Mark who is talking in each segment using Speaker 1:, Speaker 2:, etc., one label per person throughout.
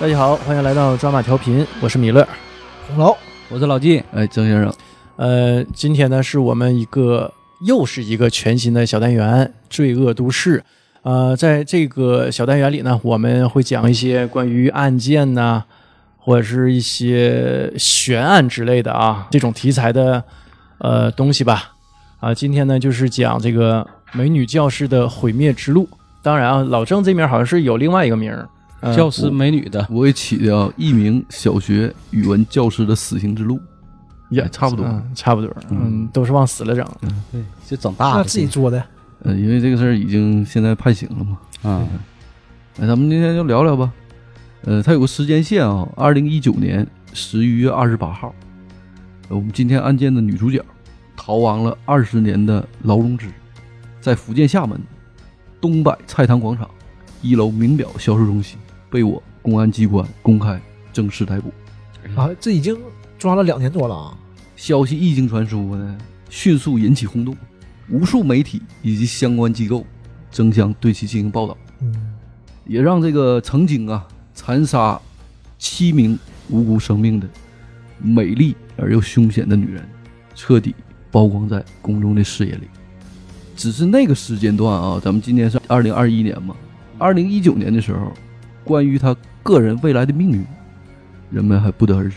Speaker 1: 大家好，欢迎来到抓马调频，我是米勒。
Speaker 2: 红楼，
Speaker 3: 我是老纪，
Speaker 4: 哎，曾先生，
Speaker 1: 呃，今天呢是我们一个又是一个全新的小单元《罪恶都市》。呃，在这个小单元里呢，我们会讲一些关于案件呐、或者是一些悬案之类的啊这种题材的呃东西吧。啊，今天呢就是讲这个美女教师的毁灭之路。当然啊，老郑这面好像是有另外一个名儿，呃
Speaker 3: 教师美女的，
Speaker 4: 嗯我给起的啊，一名小学语文教师的死刑之路，
Speaker 1: 也
Speaker 4: 哎差不多
Speaker 1: 嗯，差不多，嗯，都是往死了整。
Speaker 3: 对，就整大
Speaker 2: 那
Speaker 3: 了
Speaker 2: 自己做的，
Speaker 4: 嗯、因为这个事儿已经现在判刑了嘛，
Speaker 3: 啊，
Speaker 4: 哎，咱们今天就聊聊吧，呃，它有个时间线啊，二零一九年十一月二十八号、呃我们今天案件的女主角逃亡了二十年的劳荣枝，在福建厦门东柏菜塘广场一楼名表销售中心被我公安机关公开正式逮捕。
Speaker 2: 啊，这已经抓了两年多了啊，
Speaker 4: 消息一经传出呢，迅速引起轰动，无数媒体以及相关机构争相对其进行报道，
Speaker 2: 嗯，
Speaker 4: 也让这个曾经啊残杀七名无辜生命的美丽而又凶险的女人，彻底曝光在公众的视野里。只是那个时间段啊，咱们今年是二零二一年嘛，二零一九年的时候，关于她个人未来的命运，人们还不得而知。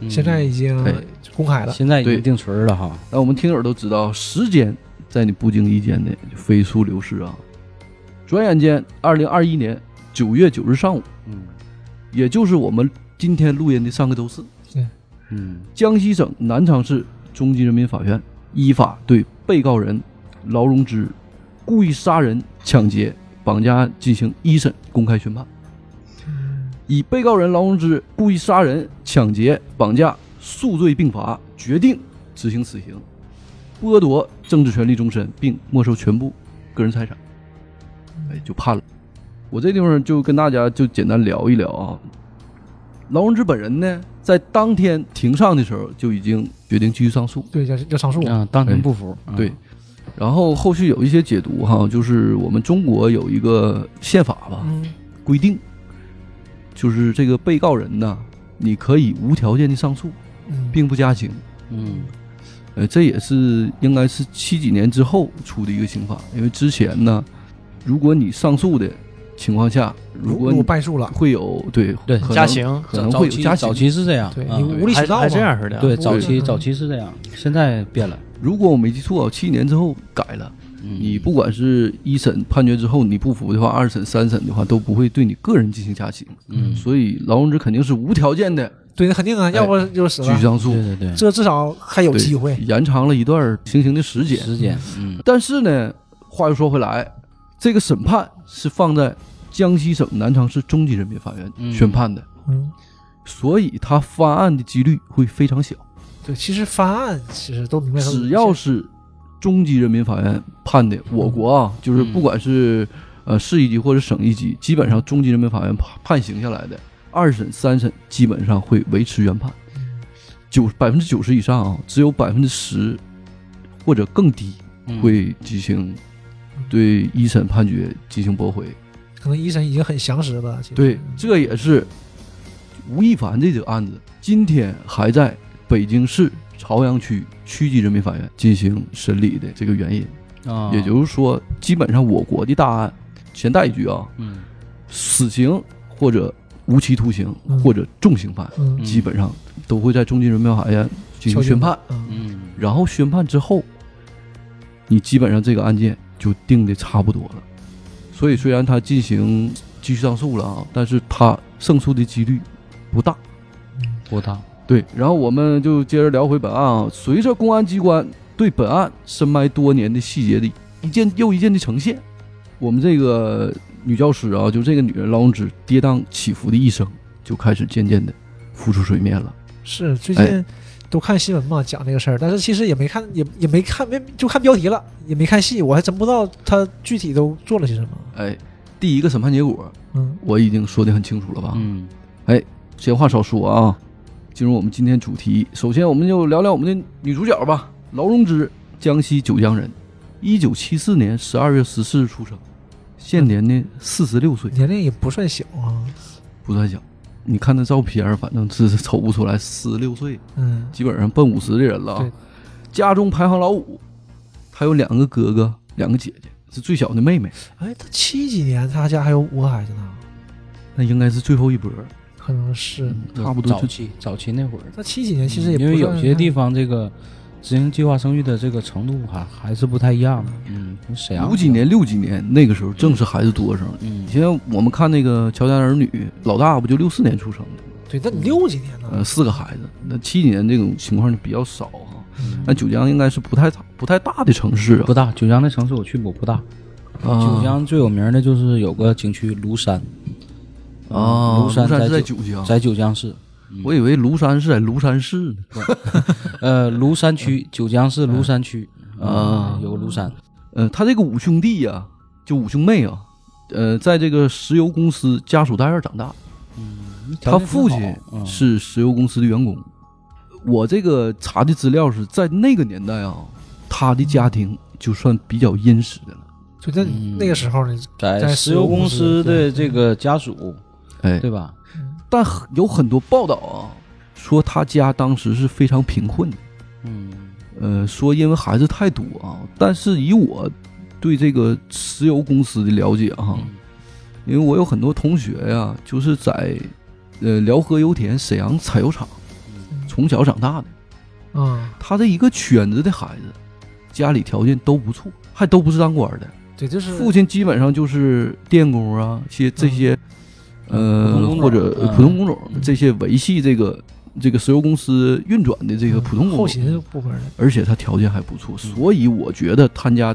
Speaker 2: 嗯现在已经
Speaker 4: 哎
Speaker 2: 公开了，
Speaker 3: 现在已
Speaker 4: 对
Speaker 3: 经定存了哈，
Speaker 4: 那我们听友都知道，时间在你不经意间的就飞速流逝啊。转眼间，二零二一年九月九日上午，
Speaker 3: 嗯
Speaker 4: 也就是我们今天录音的上个周四，
Speaker 3: 嗯
Speaker 4: 江西省南昌市中级人民法院依法对被告人劳荣枝故意杀人、抢劫、绑架案进行一审公开宣判。以被告人劳荣枝故意杀人、抢劫、绑架数罪并罚，决定执行死刑，剥夺政治权利终身，并没收全部个人财产。哎，就判了。我这地方就跟大家就简单聊一聊啊。劳荣枝本人呢，在当天庭上的时候就已经决定继续上诉，
Speaker 2: 对，要要上诉，
Speaker 3: 啊，当庭不服，啊
Speaker 4: 哎对，然后后续有一些解读哈，就是我们中国有一个宪法吧，
Speaker 2: 嗯，
Speaker 4: 规定，就是这个被告人呢，你可以无条件的上诉，
Speaker 2: 嗯
Speaker 4: 并不加刑。
Speaker 3: 嗯
Speaker 4: 呃，这也是应该是七几年之后出的一个刑法，因为之前呢，如果你上诉的情况下，如
Speaker 2: 如
Speaker 4: 果
Speaker 2: 果
Speaker 4: 你啊
Speaker 2: 败诉了，
Speaker 4: 会有对
Speaker 3: 对
Speaker 4: 可能
Speaker 1: 加刑
Speaker 4: 可能
Speaker 3: 早
Speaker 4: 会有
Speaker 3: 期
Speaker 4: 加
Speaker 3: 早
Speaker 4: 刑。
Speaker 3: 期是这样，
Speaker 2: 对
Speaker 3: 啊
Speaker 2: 你无理
Speaker 1: 还
Speaker 2: 取闹
Speaker 1: 还这
Speaker 2: 嘛，
Speaker 1: 样似的，啊
Speaker 3: 对早期
Speaker 2: 嗯
Speaker 3: 早期是这样，现在变了，
Speaker 4: 如果我没记错，七年之后改了，你
Speaker 3: 你
Speaker 4: 不管是一审判决之后你不服的话，二审、三审的话都不会对你个人进行加刑。
Speaker 3: 嗯
Speaker 4: 所以劳荣枝肯定是无条件的
Speaker 2: 对，那肯定啊，要不就死
Speaker 4: 继
Speaker 2: 了
Speaker 4: 续，上诉，
Speaker 3: 对对对，
Speaker 2: 这至少还有
Speaker 4: 哎对
Speaker 2: 机会，
Speaker 4: 延长了一段行刑的时间。
Speaker 3: 时间，嗯
Speaker 4: 但是呢，话又说回来，这个审判是放在江西省南昌市中级人民法院
Speaker 3: 嗯
Speaker 4: 宣判的，
Speaker 2: 嗯，
Speaker 4: 所以他翻案的几率会非常小。
Speaker 2: 对，其实翻案其实都明白，
Speaker 4: 只要是中级人民法院判的，我国啊，就是不管是呃市一级或者省一级，基本上中级人民法院判判刑下来的，二审、三审基本上会维持原判，九百分之九十以上啊，只有百分之十或者更低
Speaker 3: 嗯
Speaker 4: 会进行对一审判决进行驳回。
Speaker 2: 可能医生已经很详实了，其实
Speaker 4: 对，这也是吴亦凡这个案子，今天还在北京市朝阳区区级人民法院进行审理的这个原因。
Speaker 3: 啊，
Speaker 4: 也就是说，基本上我国的大案，先带一句啊，
Speaker 3: 嗯
Speaker 4: 死刑或者无期徒刑
Speaker 2: 嗯
Speaker 4: 或者重刑犯，
Speaker 2: 嗯，
Speaker 4: 基本上都会在中级人民法院进行
Speaker 2: 敲定
Speaker 4: 宣判。
Speaker 2: 嗯，
Speaker 3: 嗯
Speaker 4: 然后宣判之后，你基本上这个案件就定的差不多了。所以虽然他进行继续上诉了啊，但是他胜诉的几率不大。
Speaker 3: 不大，
Speaker 4: 对，然后我们就接着聊回本案啊。随着公安机关对本案深埋多年的细节的一件又一件的呈现，我们这个女教师啊，就这个女人劳荣枝跌宕起伏的一生，就开始渐渐的浮出水面了。
Speaker 2: 是最近
Speaker 4: 哎
Speaker 2: 都看新闻嘛，讲这个事儿，但是其实也没看，也也没看，没就看标题了，也没看戏，我还真不知道他具体都做了些什么。
Speaker 4: 哎，第一个审判结果
Speaker 2: 嗯
Speaker 4: 我已经说的很清楚了吧？
Speaker 3: 嗯
Speaker 4: 闲话少说啊，进入我们今天主题。首先，我们就聊聊我们的女主角吧，劳荣枝，江西九江人，一九七四年十二月十四日出生，现年呢四十六岁，
Speaker 2: 年龄也不算小啊，
Speaker 4: 不算小。你看那照片儿，反正是瞅不出来十六岁，
Speaker 2: 嗯
Speaker 4: 基本上奔五十的人了啊
Speaker 2: 对。
Speaker 4: 家中排行老五，他有两个哥哥，两个姐姐，是最小的妹妹，
Speaker 2: 哎，他七几年，他家还有五个孩子呢，
Speaker 4: 那应该是最后一波儿，
Speaker 2: 可能是。
Speaker 4: 差不多
Speaker 3: 早
Speaker 4: 就
Speaker 3: 期早期那会儿，
Speaker 2: 他七几年其实也
Speaker 4: 嗯
Speaker 2: 不
Speaker 3: 因为有
Speaker 2: 算
Speaker 3: 些地
Speaker 2: 太
Speaker 3: 方这个执行计划生育的这个程度还还是不太一样的。嗯，沈阳
Speaker 4: 五几年、六几年那个时候正是孩子多的时候。
Speaker 3: 嗯
Speaker 4: 你，像我们看那个《乔家儿女》，老大不就六四年出生的，
Speaker 2: 对，那你六几年呢
Speaker 4: 呃，？四个孩子，那七几年这种情况就比较少哈。
Speaker 2: 嗯
Speaker 4: 那九江应该是不太大不太大的城市
Speaker 3: 不大，九江的城市我去过，不大。
Speaker 4: 啊。
Speaker 3: 九江最有名的就是有个景区庐山，
Speaker 4: 啊，
Speaker 3: 庐
Speaker 4: 庐山是在
Speaker 3: 在
Speaker 4: 九江，
Speaker 3: 在九江市，
Speaker 4: 我以为庐山是在庐山市呢。
Speaker 3: 呃，庐山区，九江市庐山区 嗯
Speaker 4: 啊
Speaker 3: 有个庐山。
Speaker 4: 呃，他这个五兄弟呀、啊就五兄妹啊，呃，在这个石油公司家属大院长大，他父亲
Speaker 3: 嗯
Speaker 4: 是石油公司的员工。我这个查的资料是在那个年代啊，他的家庭就算比较殷实的了。
Speaker 2: 就在
Speaker 3: 嗯
Speaker 2: 那个时候呢，
Speaker 3: 在
Speaker 2: 在
Speaker 3: 石油公司嗯的这个家属，
Speaker 4: 哎，
Speaker 3: 对吧？
Speaker 4: 但很有很多报道啊，说他家当时是非常贫困的。
Speaker 3: 嗯，
Speaker 4: 呃，说因为孩子太多啊，但是以我对这个石油公司的了解哈、
Speaker 3: 嗯
Speaker 4: 因为我有很多同学呀、就是在呃辽河油田沈阳采油厂从小长大的，
Speaker 2: 嗯，
Speaker 4: 他这一个圈子的孩子，家里条件都不错，还都不是当官的，
Speaker 2: 对，
Speaker 3: 嗯
Speaker 2: 就是
Speaker 4: 父亲基本上就是电工啊，些这些、
Speaker 3: 普通
Speaker 4: 呃
Speaker 3: 工种
Speaker 4: 或者
Speaker 3: 嗯
Speaker 4: 普通工种、
Speaker 2: 嗯
Speaker 4: 这些维系这个这个石油公司运转的
Speaker 3: 嗯
Speaker 4: 这个普通工
Speaker 2: 后
Speaker 4: 种。
Speaker 2: 勤部门的，
Speaker 4: 而且他条件还不错，所以我觉得他家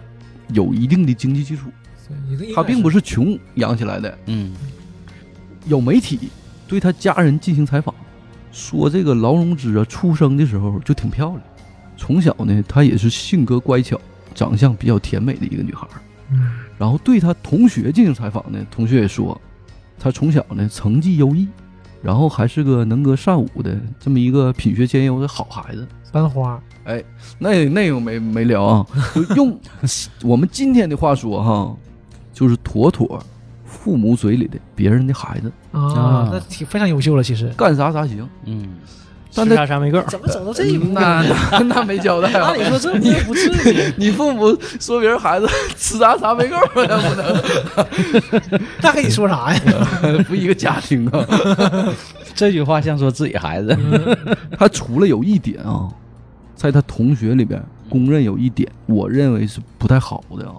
Speaker 4: 有一定的经济基础，
Speaker 2: 对你这应该
Speaker 4: 他并不是穷养起来的。
Speaker 3: 嗯，
Speaker 4: 有媒体对他家人进行采访，说这个劳荣枝啊，出生的时候就挺漂亮，从小呢，她也是性格乖巧，长相比较甜美的一个女孩儿。
Speaker 2: 嗯
Speaker 4: 然后对他同学进行采访呢，同学也说，他从小呢成绩优异，然后还是个能歌善舞的这么一个品学兼优的好孩子。
Speaker 2: 班花，
Speaker 4: 那那个没没聊啊，就用我们今天的话说哈，就是妥妥父母嘴里的别人的孩子，
Speaker 2: 啊
Speaker 3: 啊，
Speaker 2: 那挺非常优秀了，其实。
Speaker 4: 干啥啥行。
Speaker 3: 嗯，
Speaker 4: 但
Speaker 1: 吃
Speaker 4: 他
Speaker 1: 啥啥没够，
Speaker 2: 怎么整到这一步 呢？
Speaker 4: 那嗯那 那没交代啊
Speaker 2: 按！理 说这这不至于，
Speaker 4: 你父母说别人孩子 吃啥啥没够，那不
Speaker 2: 那跟你说啥呀？
Speaker 4: 能呃不一个家庭啊。
Speaker 3: 这句话像说自己孩子。
Speaker 4: 他除了有一点啊，在他同学里边公认有一点，我认为是不太好的啊，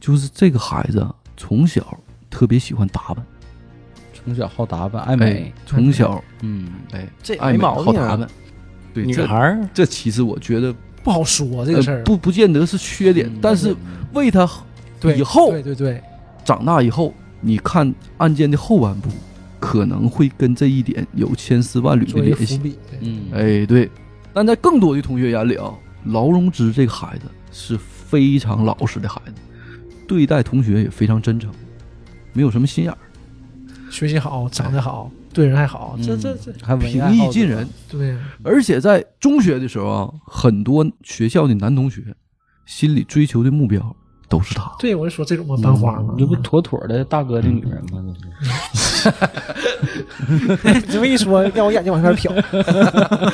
Speaker 4: 就是这个孩子啊从小特别喜欢打扮， 哎
Speaker 3: 从小好打扮，爱美，
Speaker 4: 从小
Speaker 3: 哎嗯，
Speaker 4: 哎，
Speaker 1: 这也
Speaker 4: 爱
Speaker 1: 没
Speaker 4: 美
Speaker 1: 毛
Speaker 4: 好
Speaker 1: 病
Speaker 4: 打
Speaker 1: 啊。
Speaker 4: 扮。对，
Speaker 1: 女
Speaker 4: 这
Speaker 1: 孩儿
Speaker 4: 这其实我觉得
Speaker 2: 不好说这个
Speaker 4: 呃
Speaker 2: 事儿，
Speaker 4: 不不见得是缺
Speaker 3: 嗯
Speaker 4: 点，但是为他
Speaker 2: 对
Speaker 4: 以后
Speaker 2: 对对对，
Speaker 4: 长大以后，你看案件的后半部，可能会跟这一点有千丝万缕的
Speaker 2: 作为
Speaker 4: 联
Speaker 2: 伏
Speaker 4: 系。
Speaker 2: 笔，对
Speaker 3: 嗯，哎，
Speaker 4: 哎，对。但在更多的同学眼里啊，劳荣枝这个孩子是非常老实的孩子，对待同学也非常真诚，没有什么心眼儿，嗯
Speaker 2: 学习好，长得好，对人还好，这这这，
Speaker 3: 还文
Speaker 4: 平
Speaker 3: 雅
Speaker 4: 易近人。。
Speaker 2: 对啊呀，
Speaker 4: 而且在中学的时候啊，很多学校的男同学心里追求的目标都是他。
Speaker 2: 对我就说这种嘛，班花嘛
Speaker 3: 你，这不妥妥的大哥的女人吗？这是
Speaker 2: 你这么一说，让我眼睛往那边瞟。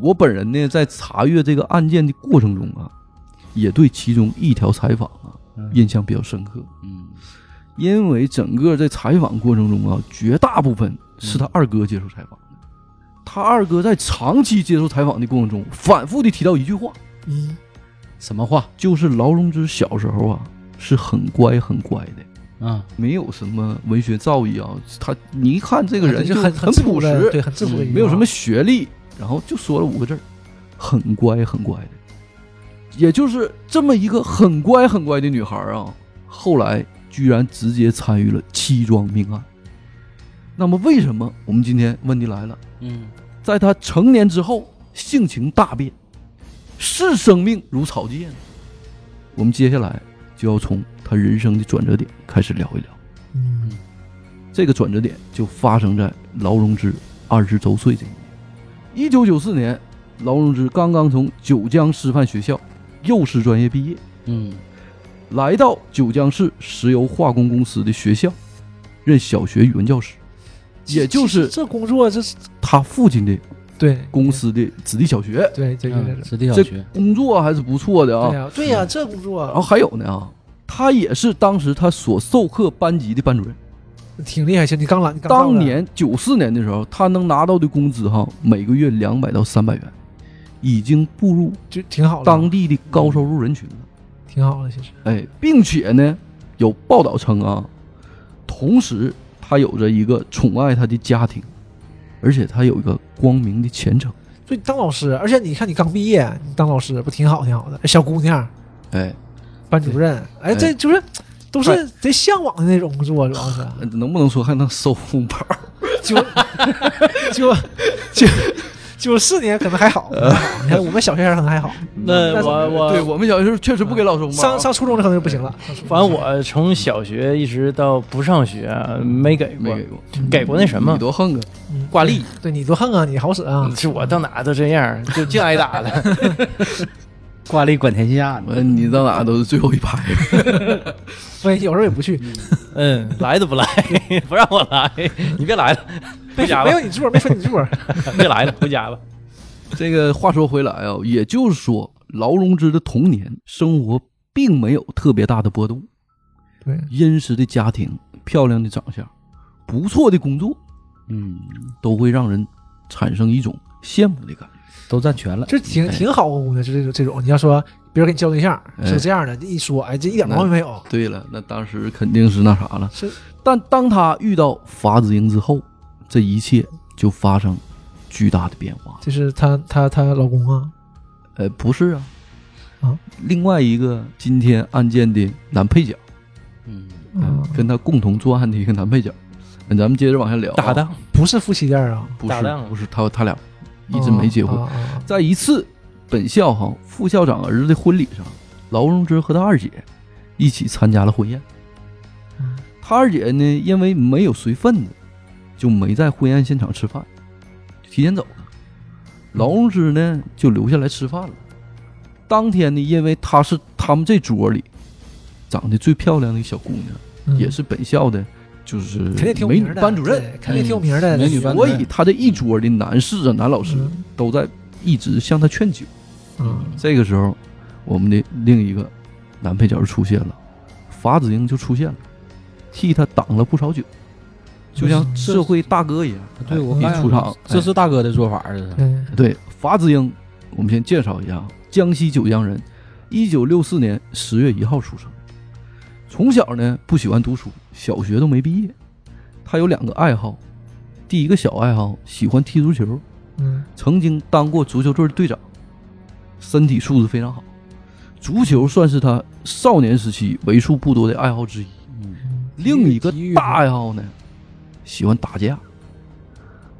Speaker 4: 我本人呢，在查阅这个案件的过程中啊，也对其中一条采访啊印象比较深刻，
Speaker 3: 嗯
Speaker 4: 因为整个在采访过程中啊，绝大部分是他二哥接受采访的。他二哥在长期接受采访的过程中，反复的提到一句话，
Speaker 2: 嗯，
Speaker 3: 什么话
Speaker 4: 就是劳荣枝小时候啊是很乖很乖的，
Speaker 3: 啊？
Speaker 4: 没有什么文学造诣啊。他你一看这
Speaker 2: 这
Speaker 4: 个人就
Speaker 2: 就很
Speaker 4: 很
Speaker 2: 自
Speaker 4: 朴
Speaker 2: 我的
Speaker 4: 实，
Speaker 2: 对，很自我的一个
Speaker 4: 没有什么
Speaker 2: 话
Speaker 4: 学历，然后就说了五个字儿很乖，很乖的。也就是这么一个很乖很乖的女孩儿啊，后来居然直接参与了七桩命案。那么，为什么我们今天问题来了？
Speaker 3: 嗯
Speaker 4: 在她成年之后，性情大变，视生命如草芥呢？我们接下来就要从她人生的转折点开始聊一聊。
Speaker 2: 嗯
Speaker 4: 这个转折点就发生在劳荣枝二十周岁这一年。一九九四年，劳荣枝刚刚从九江师范学校幼师专业毕业，
Speaker 3: 嗯
Speaker 4: 来到九江市石油化工公司的学校，任小学语文教师，
Speaker 2: 其实
Speaker 4: 也就
Speaker 2: 其实
Speaker 4: 是
Speaker 2: 这工作，这是
Speaker 4: 他父亲的
Speaker 2: 对
Speaker 4: 公，司的子弟小学，
Speaker 2: 对对对对
Speaker 3: 嗯，
Speaker 2: 对
Speaker 3: 子弟小
Speaker 4: 这
Speaker 3: 学，
Speaker 4: 工作还是不错的
Speaker 2: 对
Speaker 4: 啊。
Speaker 2: 呀，对呀，这工
Speaker 4: 然后
Speaker 2: 作
Speaker 4: 还有呢啊，他也是当时他所授课班级的班主任。
Speaker 2: 挺厉害，行，你刚来，你刚到
Speaker 4: 当
Speaker 2: 的
Speaker 4: 年九四年的时候，他能拿到的工资哈，每个月两百到三百元，已经步入
Speaker 2: 就挺好了，
Speaker 4: 当地的高收入人群了。
Speaker 2: 挺好了，其实
Speaker 4: 哎，并且呢，有报道称啊，同时他有着一个宠爱他的家庭，而且他有一个光明的前程。
Speaker 2: 所以当老师，而且你看你刚毕业，你当老师不挺好挺好的，哎小姑娘，
Speaker 4: 哎，
Speaker 2: 班主任，哎，这就是都是贼向往的那种工作，主要 是
Speaker 4: 能不能说还能收红包？
Speaker 2: 九九九九四年可能还 好，你看我们小学生可能还好，
Speaker 1: 那我
Speaker 4: 嗯 对
Speaker 1: 我
Speaker 4: 我们小时候确实不给老师红包啊。
Speaker 2: 上上初中的可能就不行了。
Speaker 4: 嗯
Speaker 1: 反正我从小学一直到不上学没给
Speaker 4: 没
Speaker 1: 过，
Speaker 4: 给过，
Speaker 1: 给过那什么
Speaker 4: 你多横啊！
Speaker 1: 挂历，
Speaker 2: 对你多横啊，你好使啊！
Speaker 4: 嗯
Speaker 1: 是我到哪都这 样，就净挨打了。
Speaker 3: 挂历管天下
Speaker 4: 我说哎你到哪都是最后 一排。
Speaker 2: 我也 有时候也不去，
Speaker 1: 嗯，来都不来， 不让我来，你别 来了，回家吧
Speaker 2: 没有，你座， 没分你啊座。
Speaker 1: 别来了，回家 吧。
Speaker 4: 这个话说回来啊，也就是说，劳荣枝的童年生活并没有特别大的波动，
Speaker 2: 对，
Speaker 4: 殷实的家庭、漂亮的长相、不错的工作，
Speaker 3: 嗯，
Speaker 4: 都会让人产生一种羡慕的感觉。
Speaker 3: 都占全了。
Speaker 2: 就挺
Speaker 4: 哎
Speaker 2: 挺好哄的，就这种这种。你要说别人给你交对象是这样的，一说哎，这一点毛病没有，
Speaker 4: 对了，那当时肯定是那啥了。
Speaker 2: 是
Speaker 4: 但当他遇到法子英之后，这一切就发生巨大的变化。
Speaker 2: 就是她她她老公啊，
Speaker 4: 呃，不是啊，
Speaker 2: 啊，
Speaker 4: 另外一个今天案件的男配角，
Speaker 3: 嗯，
Speaker 2: 嗯，
Speaker 4: 跟他共同作案的一个男配角。那咱们接着往下聊、啊，
Speaker 1: 搭档，
Speaker 2: 不是夫妻店啊，
Speaker 4: 不
Speaker 1: 搭
Speaker 4: 是
Speaker 1: 档
Speaker 4: 不是他他俩一直没结婚。
Speaker 2: 啊啊啊
Speaker 4: 在一次本校哈副校长儿子的婚礼上，劳荣枝和他二姐一起参加了婚宴。
Speaker 2: 嗯
Speaker 4: 他二姐呢，因为没有随份子，就没在婚宴现场吃饭，就提前走了。劳荣枝呢，就留下来吃饭了。当天呢，因为她是他们这桌里长得最漂亮的小姑娘，
Speaker 2: 嗯
Speaker 4: 也是本校的，就是
Speaker 2: 肯定挺有
Speaker 4: 美
Speaker 2: 名
Speaker 4: 女
Speaker 2: 的
Speaker 4: 班主任，嗯
Speaker 2: 对肯定挺有名的
Speaker 3: 美女班主
Speaker 4: 所
Speaker 3: 任
Speaker 4: 以他这一桌的男士啊、男老师
Speaker 2: 嗯
Speaker 4: 都在一直向他劝酒。
Speaker 2: 嗯
Speaker 4: 这个时候，我们的另一个男配角就出现了，法子英就出现了，替他挡了不少酒，就像社会大哥一样。
Speaker 3: 对我
Speaker 4: 一
Speaker 3: 刚想
Speaker 4: 出场
Speaker 3: 说，这是大哥的做法，这是。
Speaker 2: 对
Speaker 4: 对法子英，我们先介绍一下啊，江西九江人，一九六四年十月一号出生，从小呢不喜欢读书，小学都没毕业。他有两个爱好，第一个小爱好喜欢踢足球，
Speaker 2: 嗯
Speaker 4: 曾经当过足球队队长，身体素质非常好。足球算是他少年时期为数不多的爱好之一。
Speaker 3: 嗯，
Speaker 4: 另一个
Speaker 2: 体育
Speaker 4: 大爱好呢，喜欢打架。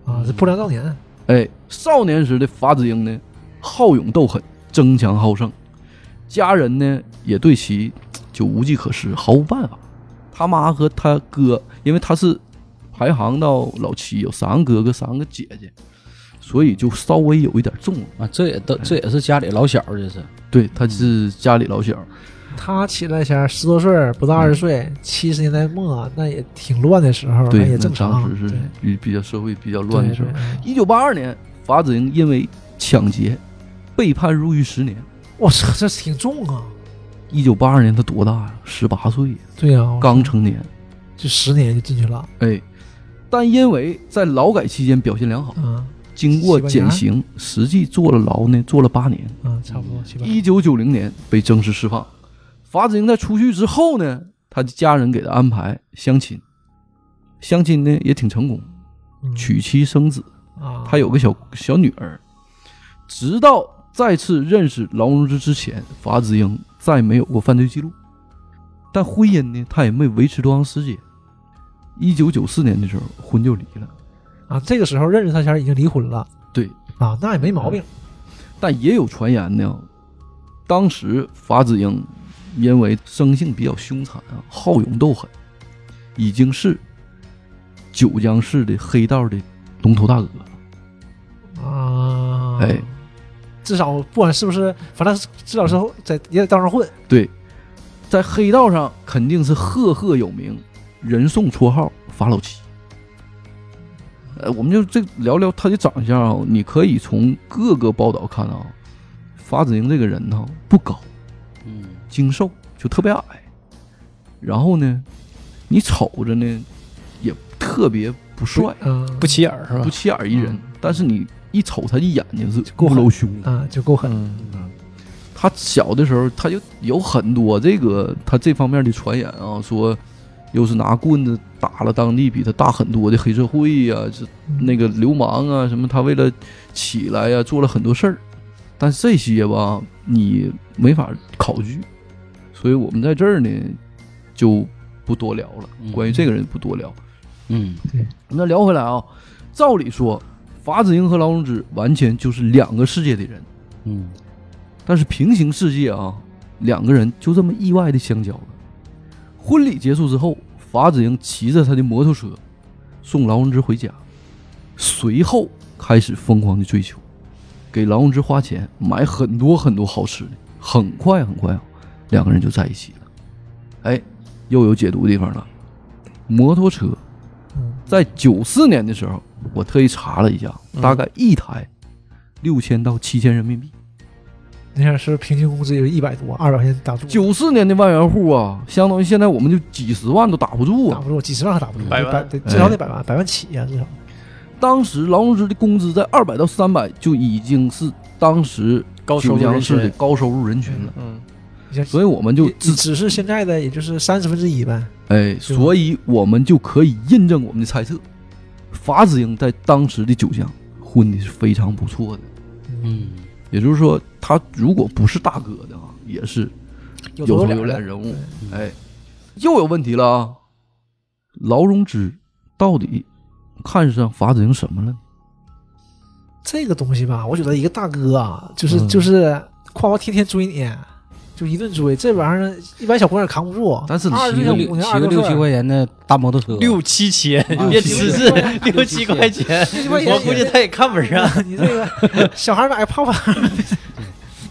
Speaker 2: 啊，这不良少年，
Speaker 4: 哎，少年时的法子英呢，好勇斗狠，争强好胜，家人呢也对其嘖就无计可施，毫无办法。他妈和他哥，因为他是排行到老七，有三个哥哥，三个姐姐，所以就稍微有一点纵容。
Speaker 3: 啊，这也都这也是家里老小，这是。
Speaker 4: 对，
Speaker 2: 嗯
Speaker 4: 他是家里老小，
Speaker 2: 他起来前十多岁儿不到二十岁，七十年代末那也挺乱的时候，
Speaker 4: 嗯
Speaker 2: 那
Speaker 4: 对，
Speaker 2: 也
Speaker 4: 那
Speaker 2: 正常
Speaker 4: 当。时是
Speaker 2: 对
Speaker 4: 比比较社会比较乱的时候
Speaker 2: 对。对
Speaker 4: 一九八二年，法子英因为抢劫被判入狱十年。
Speaker 2: 我操，这挺重啊！
Speaker 4: 一九八二年他多大呀？十八岁，
Speaker 2: 对呀，
Speaker 4: 刚成
Speaker 2: 哦
Speaker 4: 年。
Speaker 2: 就十年就进去了，
Speaker 4: 哎，但因为在劳改期间表现良好，
Speaker 2: 嗯
Speaker 4: 经过减刑，实际坐了牢呢，坐了八年。
Speaker 2: 嗯，差不多七八。
Speaker 4: 一九九零年被正式释放。法子英在出狱之后呢，他的家人给他安排相亲，相亲呢也挺成功，
Speaker 2: 嗯
Speaker 4: 娶妻生子。
Speaker 2: 啊，
Speaker 4: 他有个小小女儿。直到再次认识劳荣枝之前，法子英再没有过犯罪记录，但婚姻呢，他也没维持多长时间。一九九四年的时候，婚就离了。
Speaker 2: 啊，这个时候认识他前儿已经离婚了
Speaker 4: 对，
Speaker 2: 啊，那也没毛病。
Speaker 4: 但也有传言呢，当时法子英因为生性比较凶残啊，好勇斗狠，已经是九江市的黑道的龙头大哥了。嗯
Speaker 2: 啊，
Speaker 4: 哎，
Speaker 2: 至少不管是不是，反正至少是在也得道上混，
Speaker 4: 对，在黑道上肯定是赫赫有名，人送绰号“法老七”。呃，我们就这聊聊他的长相啊，你可以从各个报道看啊，法子英这个人呢不高，
Speaker 3: 嗯
Speaker 4: 精瘦，就特别矮。然后呢，你瞅着呢也特别不帅，
Speaker 2: 嗯，
Speaker 1: 不起眼儿是吧
Speaker 4: 不？起眼一人
Speaker 3: 嗯，
Speaker 4: 但是你一瞅他一眼睛是孤
Speaker 2: 够狠
Speaker 4: 楼凶。
Speaker 2: 啊，就够狠。
Speaker 1: 嗯
Speaker 4: 他小的时候，他就有很多这个他这方面的传言啊，说又是拿棍子打了当地比他大很多的黑社会呀、这那个流氓啊什么，他为了起来呀、做了很多事儿。但是这些吧，你没法考据，所以我们在这儿呢就不多聊了。
Speaker 3: 嗯
Speaker 4: 关于这个人不多聊，
Speaker 3: 嗯
Speaker 4: 那聊回来啊，照理说，法子英和劳荣枝完全就是两个世界的人。
Speaker 3: 嗯
Speaker 4: 但是平行世界啊，两个人就这么意外的相交了。婚礼结束之后，法子英骑着他的摩托车送劳荣枝回家，随后开始疯狂的追求，给劳荣枝花钱买很多很多好吃的。很快很快啊，两个人就在一起了。哎，又有解读地方了。摩托车
Speaker 2: 嗯
Speaker 4: 在九四年的时候，我特意查了一下，大概一台六千到七千人民币。
Speaker 2: 那样是平均工资也就一百多，二百块钱打住，
Speaker 4: 九四年的万元户啊，相当于现在我们就几十万都打不住
Speaker 2: 打
Speaker 4: 啊。
Speaker 2: 不住，几十万还打不住，
Speaker 1: 百万
Speaker 2: 得
Speaker 4: 哎
Speaker 2: 至少得百万，百万起啊呀，至少。
Speaker 4: 当时劳荣枝的工资在二百到三百就已经是当时
Speaker 1: 高收
Speaker 4: 九
Speaker 1: 入
Speaker 4: 江
Speaker 1: 人
Speaker 4: 市的
Speaker 1: 群，
Speaker 4: 高收入人群了，
Speaker 1: 嗯
Speaker 4: 所以我们就
Speaker 2: 也
Speaker 4: 自
Speaker 2: 只是现在的也就是三十分之一呗。
Speaker 4: 哎，
Speaker 2: 是吧
Speaker 4: 所以我们就可以印证我们的猜测，法子英在当时的九江混的是非常不错的，
Speaker 3: 嗯
Speaker 4: 也就是说，他如果不是大哥的啊，也是
Speaker 2: 有
Speaker 4: 有
Speaker 2: 头
Speaker 4: 头有
Speaker 2: 脸
Speaker 4: 脸
Speaker 2: 的，
Speaker 4: 人物
Speaker 2: 对。
Speaker 4: 哎，又有问题了啊！劳荣枝到底看上法子英什么了呢？
Speaker 2: 这个东西吧，我觉得一个大哥啊，就是、
Speaker 4: 嗯
Speaker 2: 就是夸我天天追你，就一顿追，这玩意儿一般小姑娘扛不住。
Speaker 4: 但是你
Speaker 2: 二十
Speaker 3: 骑
Speaker 2: 岁
Speaker 3: 个
Speaker 2: 小
Speaker 3: 六
Speaker 2: 姑
Speaker 3: 骑
Speaker 2: 娘二
Speaker 3: 个
Speaker 2: 十
Speaker 3: 六
Speaker 2: 多
Speaker 3: 七
Speaker 2: 岁，
Speaker 3: 块钱的大摩托车，
Speaker 1: 六七千，
Speaker 3: 啊
Speaker 1: 别
Speaker 3: 七
Speaker 1: 只
Speaker 3: 千
Speaker 1: 是六七块钱，
Speaker 2: 七块钱
Speaker 1: 我估计他也看不上。
Speaker 2: 你这 个小孩买个泡泡，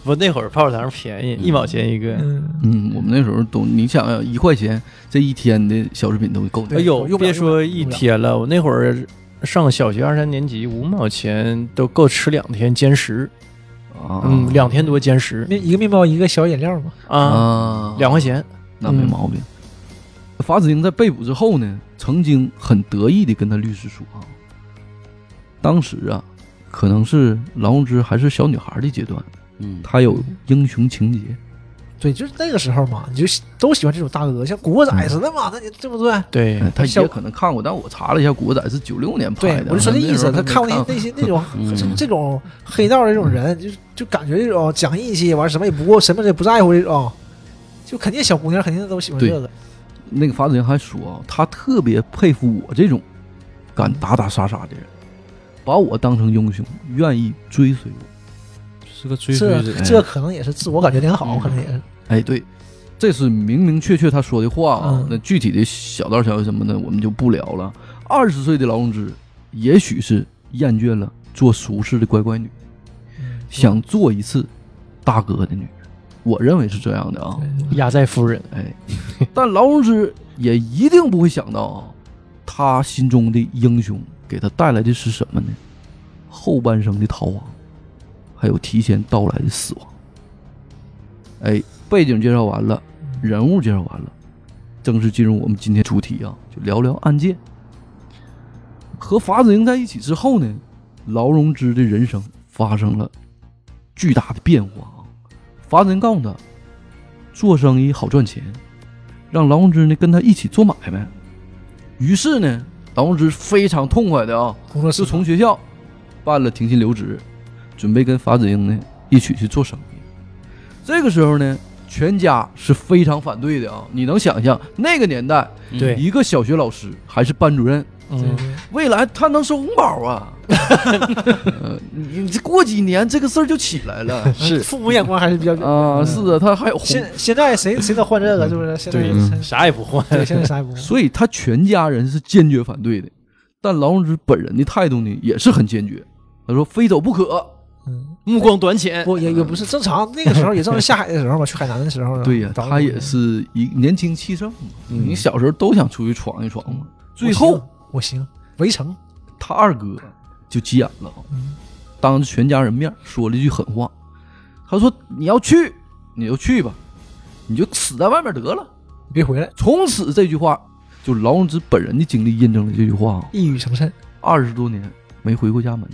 Speaker 1: 我那会儿泡泡糖便宜，
Speaker 3: 嗯
Speaker 1: 一毛钱一个。
Speaker 2: 嗯，
Speaker 4: 嗯，我们那时候都，你想想，一块钱这一天的小食品都够
Speaker 1: 哎
Speaker 4: 你。
Speaker 2: 对
Speaker 1: 呦
Speaker 2: 我，用不了
Speaker 1: 别说一天了，我那会儿上小学二三年级，五毛钱都够吃两天兼食，
Speaker 4: 啊，
Speaker 1: 嗯，两天多兼食
Speaker 2: 面一个面包一个小饮料嘛。
Speaker 1: 啊，
Speaker 4: 啊，
Speaker 1: 两块钱。
Speaker 4: 那没毛病。法子英在被捕之后呢，曾经很得意的跟他律师说啊，当时啊，可能是劳荣枝还是小女孩的阶段，
Speaker 3: 嗯
Speaker 4: 她有英雄情节，
Speaker 2: 对，就是那个时候嘛，你就喜都喜欢这种大哥，像古惑仔似的嘛，那你对不对？
Speaker 1: 对，
Speaker 4: 哎她
Speaker 2: 小
Speaker 4: 也可能看过，但我查了一下，《古惑仔》是九六年
Speaker 2: 对
Speaker 4: 拍，的，啊
Speaker 2: 我就说这意思，啊
Speaker 4: 那时候
Speaker 2: 他看过
Speaker 4: 没
Speaker 2: 那那些 那种
Speaker 3: 嗯
Speaker 2: 这这种黑道这种
Speaker 4: 嗯
Speaker 2: 人，就就感觉这种讲义气，完什么也不过什么也不在乎这种，就肯定小姑娘肯定都喜欢这个。
Speaker 4: 那个法子英还说啊，他特别佩服我这种敢打打杀杀的人，把我当成英雄，愿意追随我。
Speaker 3: 是个追随
Speaker 2: 这
Speaker 3: 者，
Speaker 2: 啊这可能也是自我感觉良好，可能也是。
Speaker 4: 哎，对，这是明明确确他说的话啊。
Speaker 2: 嗯
Speaker 4: 那具体的小道消息什么的，我们就不聊了。二十岁的劳荣枝，也许是厌倦了做俗世的乖乖女，
Speaker 2: 嗯
Speaker 4: 想做一次大哥的女人。我认为是这样的啊。
Speaker 1: 压寨夫人，
Speaker 4: 哎，但劳荣枝也一定不会想到啊，他心中的英雄给他带来的是什么呢？后半生的逃亡，还有提前到来的死亡。哎，背景介绍完了，人物介绍完了，正式进入我们今天主题啊，就聊聊案件。和法子英在一起之后呢，劳荣枝的人生发生了巨大的变化啊。法子英告诉他，做生意好赚钱，让劳荣枝呢跟他一起做买卖。于是呢，劳荣枝非常痛快的啊，
Speaker 2: 工作室嗯
Speaker 4: 就从学校办了停薪留职，准备跟法子英呢一起去做生意。这个时候呢，全家是非常反对的啊！你能想象那个年代，
Speaker 1: 对
Speaker 4: 一个小学老师还是班主任，
Speaker 2: 对
Speaker 1: 嗯，
Speaker 4: 未来他能收红 包啊！呃你你这过几年这个事儿就起来了
Speaker 1: 是
Speaker 2: 父母眼光还是比较
Speaker 4: 啊！是啊，他还有红
Speaker 2: 现现在谁谁都换这个，是不是？现在
Speaker 1: 对
Speaker 4: 嗯
Speaker 1: 啥也不换。
Speaker 2: 对现在啥也 不
Speaker 4: 所以他全家人是坚决反对的。但劳荣枝本人的态度呢，也是很坚决。他说：“非走不可，
Speaker 2: 嗯，
Speaker 1: 目光短浅，
Speaker 2: 不也也不是正常，那个时候也正是下海的时候嘛，去海南的时候 呢。
Speaker 4: 对呀、
Speaker 2: 找
Speaker 4: 他也是一年轻气盛嘛，
Speaker 1: 嗯
Speaker 4: 你小时候都想出去闯一闯嘛。
Speaker 2: 我
Speaker 4: 最后
Speaker 2: 行我行，围城，
Speaker 4: 他二哥就急眼了啊
Speaker 2: 嗯，
Speaker 4: 当着全家人面说了一句狠话，他说：“你要去，你就去吧，你就死在外面得了。
Speaker 2: 你别回来，”
Speaker 4: 从此这句话，就劳荣枝本人的经历印证了这句话啊，
Speaker 2: 一语成谶
Speaker 4: 二十多年没回过家门，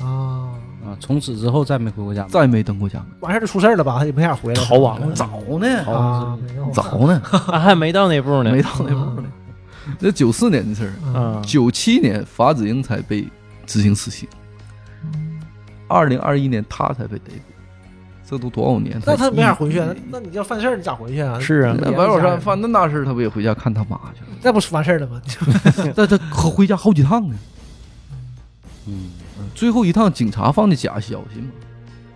Speaker 2: 啊！
Speaker 3: 啊，从此之后再没回过家。
Speaker 4: 再没登过家门，
Speaker 2: 完事儿就出事儿了吧？他也没法回来，
Speaker 1: 逃亡了
Speaker 4: 早呢，
Speaker 2: 啊，没有
Speaker 4: 早呢，
Speaker 1: 啊还没到那步呢。
Speaker 4: 没到那 步呢。这九四年的事儿，
Speaker 2: 啊
Speaker 1: 嗯，
Speaker 4: 九七年法子英才被执行死刑，二零二一年他才被逮捕，这都多少年？
Speaker 2: 那他没法
Speaker 4: 一
Speaker 2: 回去，啊那那你要犯事儿，你咋回去啊？
Speaker 1: 是啊，
Speaker 4: 那白宝山犯那大事，他不也回家看他妈去了？
Speaker 2: 那不是完事儿了吗？
Speaker 4: 但他可回家好几趟呢。
Speaker 3: 嗯，
Speaker 4: 最后一趟警察放的假消息嘛，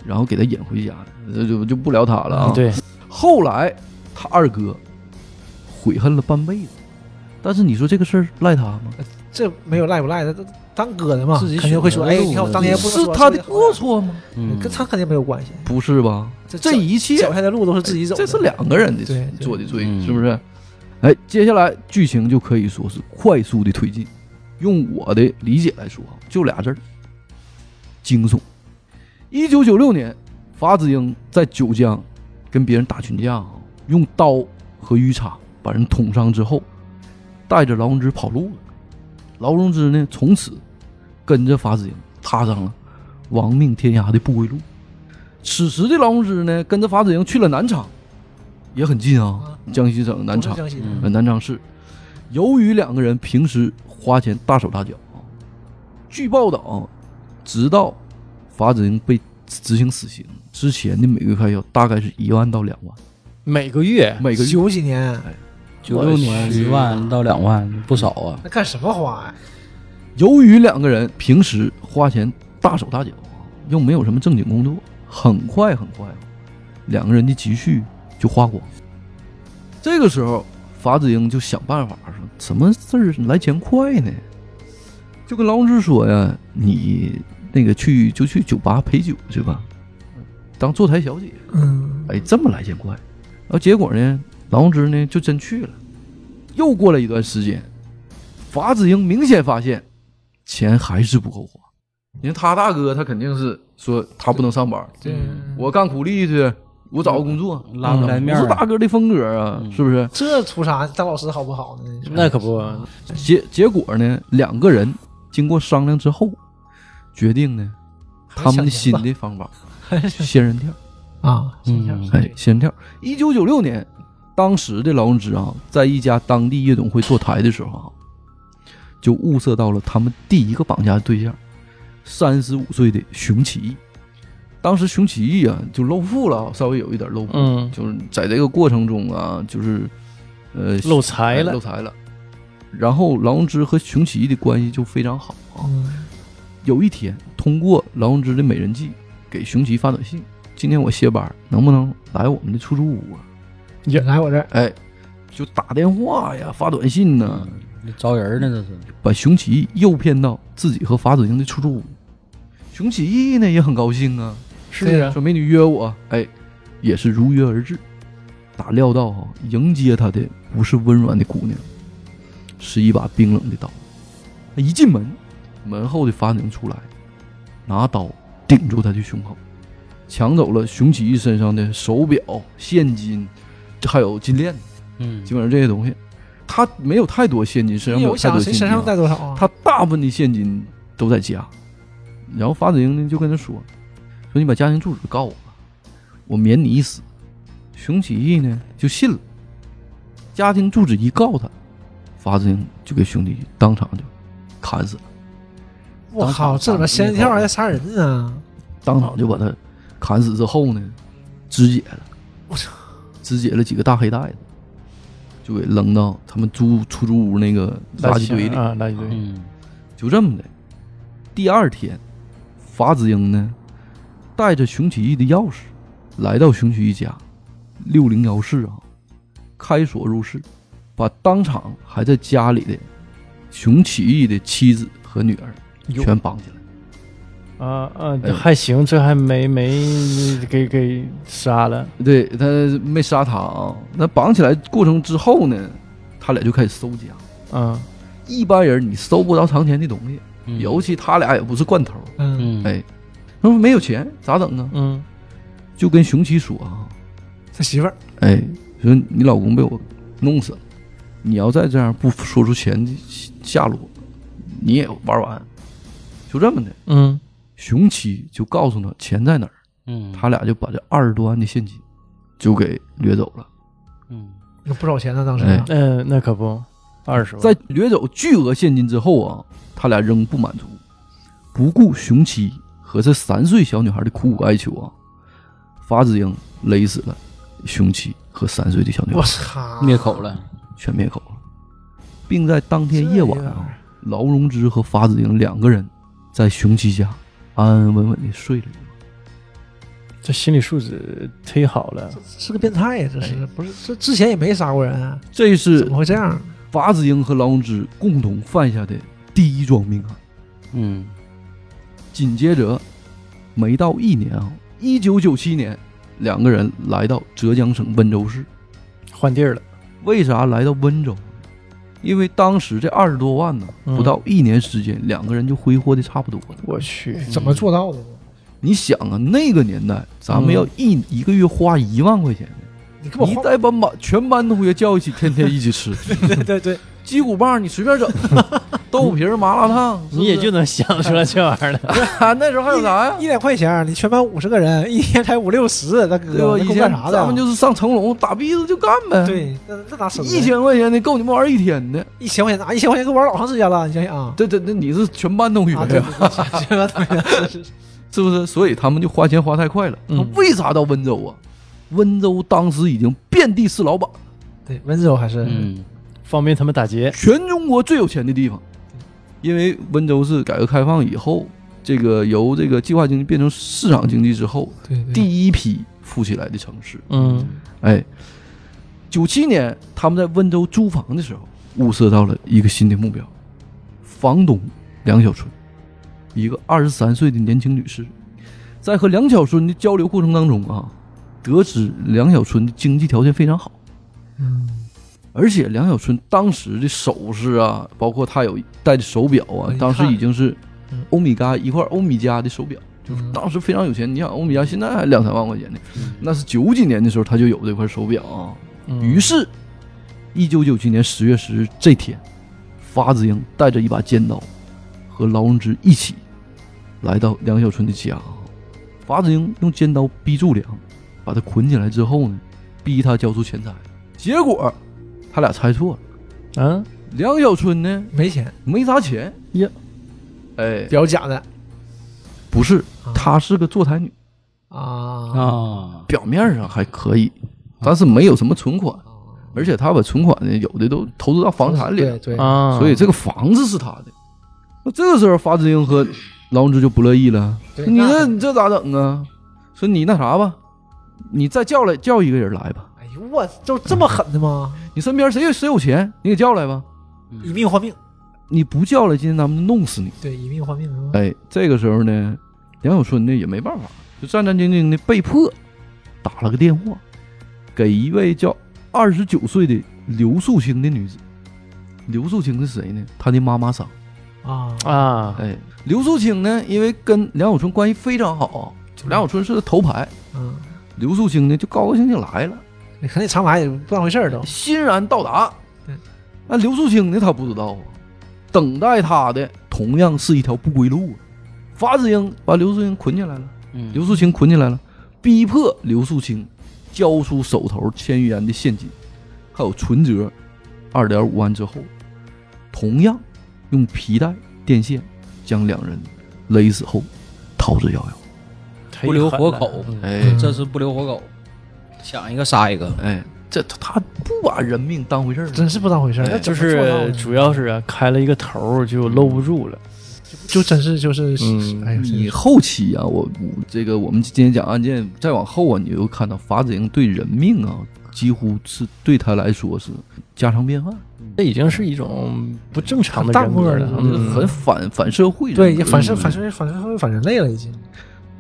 Speaker 4: 然后给他引回家的，这就就不聊他了啊。，
Speaker 1: 嗯对，
Speaker 4: 后来他二哥悔恨了半辈子，但是你说这个事儿赖他吗？
Speaker 2: 这没有赖不赖的，这当哥的嘛，
Speaker 3: 自己
Speaker 2: 肯定会说，
Speaker 3: 选择的
Speaker 2: 哎，
Speaker 3: 路
Speaker 2: 你看我
Speaker 3: 呢
Speaker 2: 当年不
Speaker 4: 是
Speaker 2: 说
Speaker 4: 他的过，错吗？
Speaker 2: 这
Speaker 3: 嗯
Speaker 2: 个跟他肯定没有关系。
Speaker 4: 不是吧？
Speaker 2: 这
Speaker 4: 这一切
Speaker 2: 脚下的路都是自己走的，
Speaker 4: 这是两个人的
Speaker 2: 对对
Speaker 4: 做的罪，
Speaker 3: 嗯
Speaker 4: 是不是？哎，接下来剧情就可以说是快速的推进。用我的理解来说啊，就俩字儿：惊悚。一九九六年，法子英在九江跟别人打群架啊，用刀和鱼叉把人捅伤之后，带着劳荣枝跑路了。劳荣枝呢，从此跟着法子英踏上了亡命天涯的不归路。此时的劳荣枝呢，跟着法子英去了南昌，也很近啊，江西省南
Speaker 2: 都是
Speaker 4: 昌。
Speaker 2: 江西的
Speaker 3: 嗯
Speaker 4: 呃，南昌市。由于两个人平时花钱大手大脚啊，据报道啊，直到法子英被执行死刑之前的每个月开销大概是一万到两万，
Speaker 1: 每个月
Speaker 4: 每个月
Speaker 2: 九几年，
Speaker 3: 九六年一万到两万不少啊。
Speaker 2: 那干什么花呀？
Speaker 4: 由于两个人平时花钱大手大脚，又没有什么正经工作，很快很快，两个人的积蓄就花光。这个时候，法子英就想办法说：“什么事儿来钱快呢？”就跟劳荣枝说呀：“你那个去就去酒吧陪酒去吧，当坐台小姐。”
Speaker 2: 嗯，
Speaker 4: 哎，这么来见怪。然后结果呢，劳荣枝呢就真去了。又过了一段时间，法子英明显发现钱还是不够花。你看他大哥，他肯定是说他不能上班，
Speaker 2: 对，
Speaker 4: 我干苦力去，我找个工作，嗯
Speaker 3: 拉不来面儿
Speaker 4: 不是大
Speaker 3: 啊，
Speaker 4: 哥的风格啊，
Speaker 3: 嗯
Speaker 4: 是不是？
Speaker 2: 这图啥当老师好不好呢？
Speaker 1: 那可不，
Speaker 4: 结结果呢，两个人经过商量之后，决定呢，他们的新的方法，仙人跳。
Speaker 2: 啊，
Speaker 3: 嗯
Speaker 4: 哎，仙人跳。一九九六年，当时的劳荣枝啊，在一家当地夜总会坐台的时候啊，就物色到了他们第一个绑架对象，三十五岁的熊启义。当时熊启义啊，就露富了啊，稍微有一点露富，
Speaker 1: 嗯，
Speaker 4: 就是在这个过程中啊，就是呃
Speaker 1: 漏财
Speaker 4: 哎
Speaker 1: 了
Speaker 4: 露，财了。然后劳荣枝和熊启义的关系就非常好啊。
Speaker 2: 嗯
Speaker 4: 有一天，通过劳荣枝的美人计，给熊奇发短信：“今天我歇班儿，能不能来我们的出租屋啊
Speaker 2: 也来我这儿？”
Speaker 4: 哎，就打电话呀，发短信呢、
Speaker 3: 这嗯招人呢这是。
Speaker 4: 把熊奇诱骗到自己和法子英的出租屋。熊起义呢也很高兴啊，
Speaker 1: 是
Speaker 2: 对
Speaker 1: 啊，
Speaker 4: 说美女约我，哎，也是如约而至。哪料到哈、迎接他的不是温软的姑娘，是一把冰冷的刀。他一进门，门后的法警出来，拿刀顶住他的胸口，抢走了熊起义身上的手表、现金，还有金链子，
Speaker 3: 嗯
Speaker 4: 基本上这些东西。他没有太多现金，身上没有
Speaker 2: 我
Speaker 4: 太
Speaker 2: 想
Speaker 4: 多
Speaker 2: 谁
Speaker 4: 现
Speaker 2: 身
Speaker 4: 金、
Speaker 2: 上
Speaker 4: 啊。
Speaker 2: 带多少啊？
Speaker 4: 他大部分的现金都在家。然后法子英呢就跟他说：“说你把家庭住址告我吧，我免你一死。”熊起义呢就信了，家庭住址一告他，法子英就给熊起义当场就砍死了，
Speaker 2: 我靠，这怎么仙人跳还杀人呢？
Speaker 4: 当场就把他砍死之后呢，肢解了，
Speaker 2: 我操，
Speaker 4: 肢解了几个大黑袋子，就给扔到他们租出租屋那个垃圾堆里。
Speaker 1: 啊，垃圾堆，
Speaker 3: 嗯
Speaker 4: 就这么的，第二天，法子英呢，带着熊启义的钥匙，来到熊启义家六零幺室啊，开锁入室，把当场还在家里的熊启义的妻子和女儿
Speaker 1: 哟
Speaker 4: 全绑起来，
Speaker 1: 啊啊
Speaker 4: 哎，
Speaker 1: 还行，这还没没给给杀了。
Speaker 4: 对他没杀他啊，那绑起来过程之后呢，他俩就开始搜家。
Speaker 1: 嗯
Speaker 4: 一般人你搜不着藏钱的东西，尤其他俩也不是惯头，
Speaker 2: 嗯
Speaker 3: 嗯
Speaker 4: 哎他说没有钱咋整啊？
Speaker 1: 嗯
Speaker 4: 就跟熊七说啊，
Speaker 2: 他媳妇儿
Speaker 4: 哎，说你老公被我弄死了，你要再这样不说出钱的下落，你也玩完。就这么的，
Speaker 1: 嗯
Speaker 4: 熊七就告诉他钱在哪儿，
Speaker 3: 嗯，
Speaker 4: 他俩就把这二十多万的现金就给掠走了。
Speaker 3: 嗯
Speaker 2: 有不少钱呢，当时
Speaker 4: 哎
Speaker 1: 嗯、那可不，二十万。
Speaker 4: 在掠走巨额现金之后啊，他俩仍不满足，不顾熊七和这三岁小女孩的苦苦哀求啊，法子英勒死了熊七和三岁的小女
Speaker 2: 我
Speaker 4: 孩，
Speaker 2: 操，
Speaker 3: 灭口了，
Speaker 4: 全灭口了，并在当天夜晚
Speaker 2: 这样
Speaker 4: 啊，劳荣枝和法子英两个人在熊七家安安稳稳的睡了一晚。
Speaker 1: 这心理素质忒好了。
Speaker 2: 是个变态呀，这是不是？这之前也没杀过人啊，
Speaker 4: 这
Speaker 2: 怎
Speaker 4: 哎是
Speaker 2: 么会这样？
Speaker 4: 法子英和劳荣枝共同犯下的第一桩命案。
Speaker 3: 嗯
Speaker 4: 紧接着，没到一年啊，一九九七年，两个人来到浙江省温州市。
Speaker 1: 换地儿了，
Speaker 4: 为啥来到温州呢？因为当时这二十多万呢，
Speaker 1: 嗯
Speaker 4: 不到一年时间，两个人就挥霍的差不多了。
Speaker 1: 我去，
Speaker 4: 嗯
Speaker 2: 怎么做到的？
Speaker 4: 你想啊，那个年代，咱们
Speaker 1: 嗯
Speaker 4: 要一、一个月花一万块钱，
Speaker 2: 你根
Speaker 4: 你
Speaker 2: 本花
Speaker 4: 再把满全班同学叫一起，天天一起吃
Speaker 2: 对对对，
Speaker 4: 鸡骨棒，你随便整， 豆腐皮儿、麻辣烫，是不
Speaker 1: 你
Speaker 4: 是
Speaker 1: 也就能想出来这玩意儿来。
Speaker 4: 那时候还有啥呀？
Speaker 2: 一两块钱，你全班五十个人，一天才五六十，
Speaker 4: 对吧？
Speaker 2: 大哥，那
Speaker 4: 以
Speaker 2: 够
Speaker 4: 前
Speaker 2: 干啥的？啊
Speaker 4: 咱们就是上成龙打鼻子就干呗。。
Speaker 2: 对，那那哪省？
Speaker 4: 一千块钱的够你们玩一天的。
Speaker 2: 一千块钱拿一千块钱，给我玩老长时间了，你想想啊，
Speaker 4: 这这这你是全班同学
Speaker 2: 啊，对
Speaker 4: 呀，
Speaker 2: 对对，是是
Speaker 4: 是不是？所以他们就花钱花太快了。
Speaker 1: 嗯
Speaker 4: 那为啥到温州啊？温州当时已经遍地是老板，
Speaker 2: 对，温州还是
Speaker 3: 嗯
Speaker 1: 方便他们打劫。
Speaker 4: 全中国最有钱的地方。因为温州是改革开放以后，这个由这个计划经济变成市场经济之后，
Speaker 2: 对对
Speaker 4: 第一批富起来的城市。
Speaker 1: 嗯
Speaker 4: 哎，九七年他们在温州租房的时候，物色到了一个新的目标，房东梁小春，一个二十三岁的年轻女士，在和梁小春的交流过程当中啊，得知梁小春的经济条件非常好，
Speaker 2: 嗯，
Speaker 4: 而且梁小春当时的首饰啊，包括她有戴的手表啊
Speaker 2: 哎，
Speaker 4: 当时
Speaker 2: 看
Speaker 4: 已经是
Speaker 2: 嗯
Speaker 4: 欧米伽一块欧米伽的手表。
Speaker 2: 就是
Speaker 4: 当时非常有钱，你想欧米伽现在还两三万块钱呢，
Speaker 2: 嗯
Speaker 4: 那是九几年的时候他就有这块手表啊，
Speaker 1: 嗯，
Speaker 4: 于是，一九九七年十月十日这天，法子英带着一把尖刀，和劳荣枝一起来到梁小春的家。法子英用尖刀逼住梁，把他捆起来之后呢，逼他交出钱财。结果，他俩猜错了，
Speaker 1: 嗯，
Speaker 4: 梁小春呢
Speaker 2: 没钱，
Speaker 4: 没啥钱
Speaker 1: 呀，
Speaker 4: 哎，
Speaker 2: 表假的，
Speaker 4: 不是，
Speaker 2: 啊
Speaker 4: 她是个坐台女，
Speaker 2: 啊
Speaker 3: 啊，
Speaker 4: 表面上还可以，但是没有什么存款，
Speaker 2: 啊
Speaker 4: 而且她把存款呢有的都投资到房产里了
Speaker 2: 对。对
Speaker 1: 啊，
Speaker 4: 所以这个房子是他的。那这个时候，法子英和劳荣枝就不乐意了，
Speaker 2: 对
Speaker 4: 说你
Speaker 2: 那
Speaker 4: 这你这咋整啊？说你那啥吧，你再叫来叫一个人来吧，
Speaker 2: 哎呦我就这么狠的吗？
Speaker 4: 你身边谁有谁有钱，你给叫来吧。
Speaker 3: 嗯
Speaker 2: 以命换命，
Speaker 4: 你不叫来，今天咱们就弄死你。
Speaker 2: 对，以命换命啊！
Speaker 4: 哎，这个时候呢，梁小春呢也没办法，就战战兢兢的被迫打了个电话，给一位叫二十九岁的刘素清的女子。刘素清是谁呢？她的妈妈桑。
Speaker 2: 啊
Speaker 1: 啊，
Speaker 4: 哎，刘素清呢，因为跟梁小春关系非常好，啊梁小春是头牌，
Speaker 2: 嗯，
Speaker 4: 刘素清呢就高高兴兴来了，
Speaker 2: 你哎可能常来也不当回事儿都，
Speaker 4: 欣然到达
Speaker 2: 对。
Speaker 4: 那刘素清呢，他不知道啊，等待他的同样是一条不归路啊。法子英把刘素清捆起来了，
Speaker 3: 嗯
Speaker 4: 刘素清捆起来了，逼迫刘素清交出手头千余元的现金，还有存折二点五万之后，同样用皮带、电线将两人勒死后逃之夭夭。
Speaker 1: 忒
Speaker 3: 不留
Speaker 1: 狠
Speaker 3: 活
Speaker 1: 了
Speaker 3: 口，
Speaker 4: 哎
Speaker 3: 这是不留活口，想一个杀一个，
Speaker 4: 哎，这他他不把人命当回事儿，
Speaker 2: 真是不当回事儿。
Speaker 4: 哎
Speaker 2: 那
Speaker 1: 就
Speaker 2: 怎么做到
Speaker 1: 是
Speaker 2: 的
Speaker 1: 主要是啊，开了一个头儿就搂不住了。
Speaker 2: 就真是就是，
Speaker 1: 嗯
Speaker 2: 哎呦，真
Speaker 4: 你
Speaker 2: 是
Speaker 4: 后期啊，我我这个我们今天讲案件，再往后啊，你就看到法子英对人命啊几乎是对他来说是家常便饭，
Speaker 1: 这已经是一种不正常的
Speaker 2: 很
Speaker 1: 人
Speaker 2: 淡漠
Speaker 1: 格
Speaker 2: 了
Speaker 1: 了，
Speaker 2: 嗯
Speaker 1: 嗯
Speaker 4: 很反反社会人格。
Speaker 2: 对，也反社
Speaker 4: 嗯
Speaker 2: 反社反社会反人类了已经。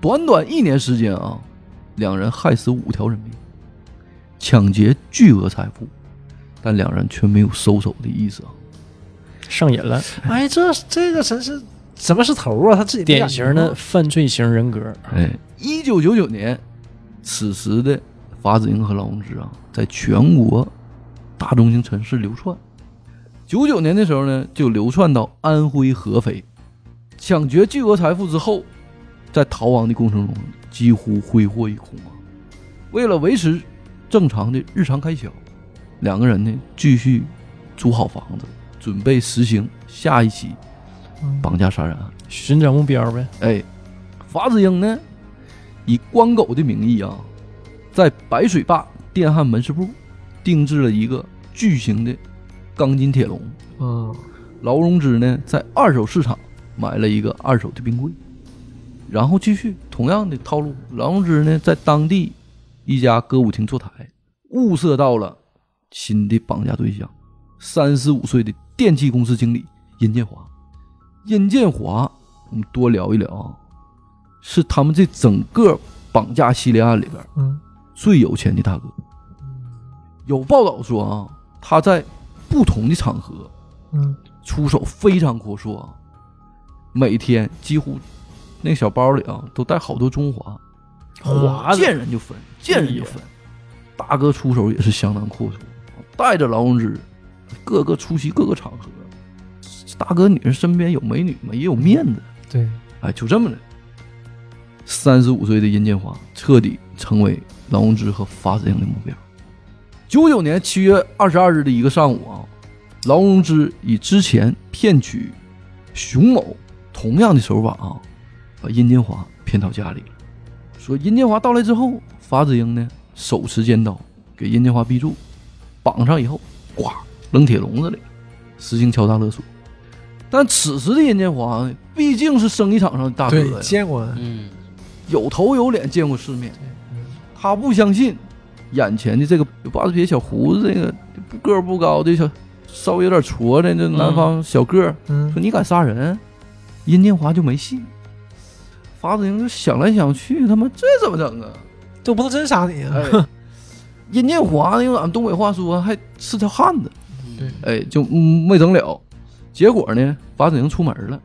Speaker 4: 短短一年时间啊，两人害死五条人命，抢劫巨额财富，但两人却没有收手的意思啊。
Speaker 1: 上瘾了，
Speaker 2: 哎，这这个真是什么是头啊？他自己没
Speaker 1: 典
Speaker 2: 感觉
Speaker 1: 型的
Speaker 2: 吗
Speaker 1: 犯罪型人格。
Speaker 4: 哎，一九九九年，此时的法子营和劳荣枝啊，在全国大中型城市流窜。九九年的时候呢，就流窜到安徽合肥，抢劫巨额财富之后，在逃亡的过程中几乎挥霍一空啊。为了维持正常的日常开销，两个人呢继续租好房子，准备实行下一起
Speaker 2: 嗯
Speaker 4: 绑架杀人案。
Speaker 1: 寻找目标呗，
Speaker 4: 哎，法子英呢，以关狗的名义啊，在白水坝电焊门市部定制了一个巨型的钢筋铁笼。
Speaker 2: 嗯，
Speaker 4: 劳荣枝呢，在二手市场买了一个二手的冰柜，然后继续同样的套路。劳荣枝呢，在当地一家歌舞厅坐台，物色到了新的绑架对象，三十五岁的电器公司经理殷建华。殷建华，我们多聊一聊啊，是他们这整个绑架系列案里边
Speaker 2: 嗯
Speaker 4: 最有钱的大哥。有报道说啊，他在不同的场合
Speaker 2: 嗯
Speaker 4: 出手非常阔绰啊，每天几乎那小包里啊都带好多中华，
Speaker 1: 滑的
Speaker 4: 见人就分，见人就分。大哥出手也是相当阔绰，啊带着劳荣枝，各个出席各个场合。大哥女人身边有美女嘛，也有面子。
Speaker 2: 对，
Speaker 4: 哎，就这么的。三十五岁的殷建华彻底成为劳荣枝和法子英的目标。九九年七月二十二日的一个上午啊，劳荣枝以之前骗取熊某同样的手法啊，把殷建华骗到家里了。说殷建华到来之后，法子英呢手持尖刀给殷建华逼住，绑上以后，呱扔铁笼子里，实行敲诈勒索。但此时的殷建华呢，毕竟是生意场上的大哥呀
Speaker 2: 对，，见过，
Speaker 3: 嗯，
Speaker 4: 有头有脸见过世面，他不相信眼前的这个八字撇小胡子，这个不个儿不高的小，稍微有点矬的这南方小个儿，
Speaker 2: 嗯
Speaker 4: 说你敢杀人，殷建华就没戏。法子英就想来想去，他妈这怎么整啊？
Speaker 2: 这不能真杀你啊！
Speaker 4: 哎，殷建华用咱们东北话说还是条汉子，
Speaker 2: 对
Speaker 4: 哎，就嗯没整了。结果呢，法子英出门了，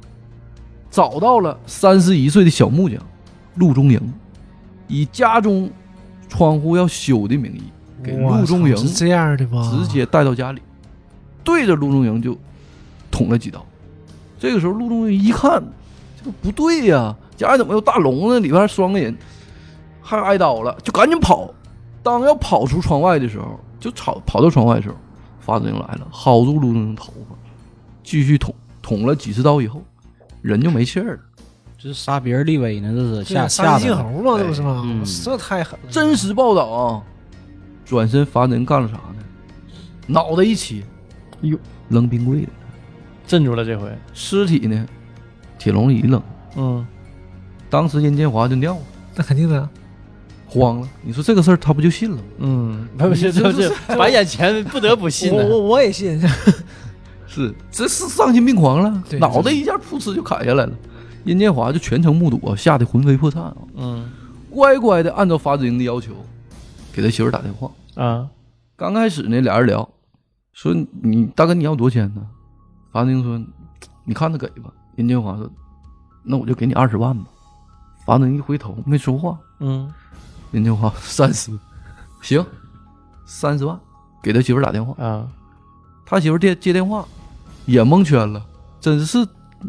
Speaker 4: 找到了三十一岁的小木匠陆中营，以家中窗户要修的名义，给
Speaker 2: 哇
Speaker 4: 陆中营
Speaker 2: 操是这样的吗？
Speaker 4: 直接带到家里，对着陆中营就捅了几刀。这个时候，陆中营一看，这个不对呀、家里怎么有大笼子，里边还拴个人，还挨刀了，就赶紧跑。当要跑出窗外的时候，就跑跑到窗外的时候，法子英来了，薅住陆中营头发，继续捅，捅了几十刀以后，人就没气儿了。
Speaker 3: 这是杀别人立威呢，这是
Speaker 2: 对
Speaker 3: 吓
Speaker 2: 啊杀
Speaker 3: 吓
Speaker 2: 鸡
Speaker 3: 的
Speaker 2: 儆猴嘛，这不是吗
Speaker 3: 嗯？
Speaker 2: 这太狠了！
Speaker 4: 哎真实报道啊，转身法子英干了啥呢？脑袋一切，
Speaker 1: 哟，
Speaker 4: 扔冰柜里。
Speaker 1: 镇住了这回。
Speaker 4: 尸体呢，铁笼里一扔，
Speaker 1: 嗯，
Speaker 4: 当时殷建华就尿了，
Speaker 2: 那肯定的，
Speaker 4: 慌了。你说这个事儿他不就信了吗？
Speaker 1: 嗯，不是，
Speaker 4: 这
Speaker 1: 就
Speaker 4: 这
Speaker 1: 是把眼前不得不信
Speaker 2: 我
Speaker 1: 的
Speaker 2: 我我也信。
Speaker 4: 是，这是丧心病狂了，
Speaker 2: 对
Speaker 4: 脑袋一下噗嗤就砍下来了。殷建华就全程目睹啊，吓得魂飞魄散啊，
Speaker 1: 嗯
Speaker 4: 乖乖的按照法子英的要求，给他媳妇儿打电话。
Speaker 1: 啊，
Speaker 4: 刚开始呢，俩人聊，说你大哥你要多少钱呢？法子英说，你看着给吧。殷建华说，那我就给你二十万吧。法子英一回头没说话，
Speaker 1: 嗯
Speaker 4: 人家话 三十，行，三十万，给他媳妇儿打电话，
Speaker 1: 啊，
Speaker 4: 他媳妇儿接接电话，也蒙圈了，真是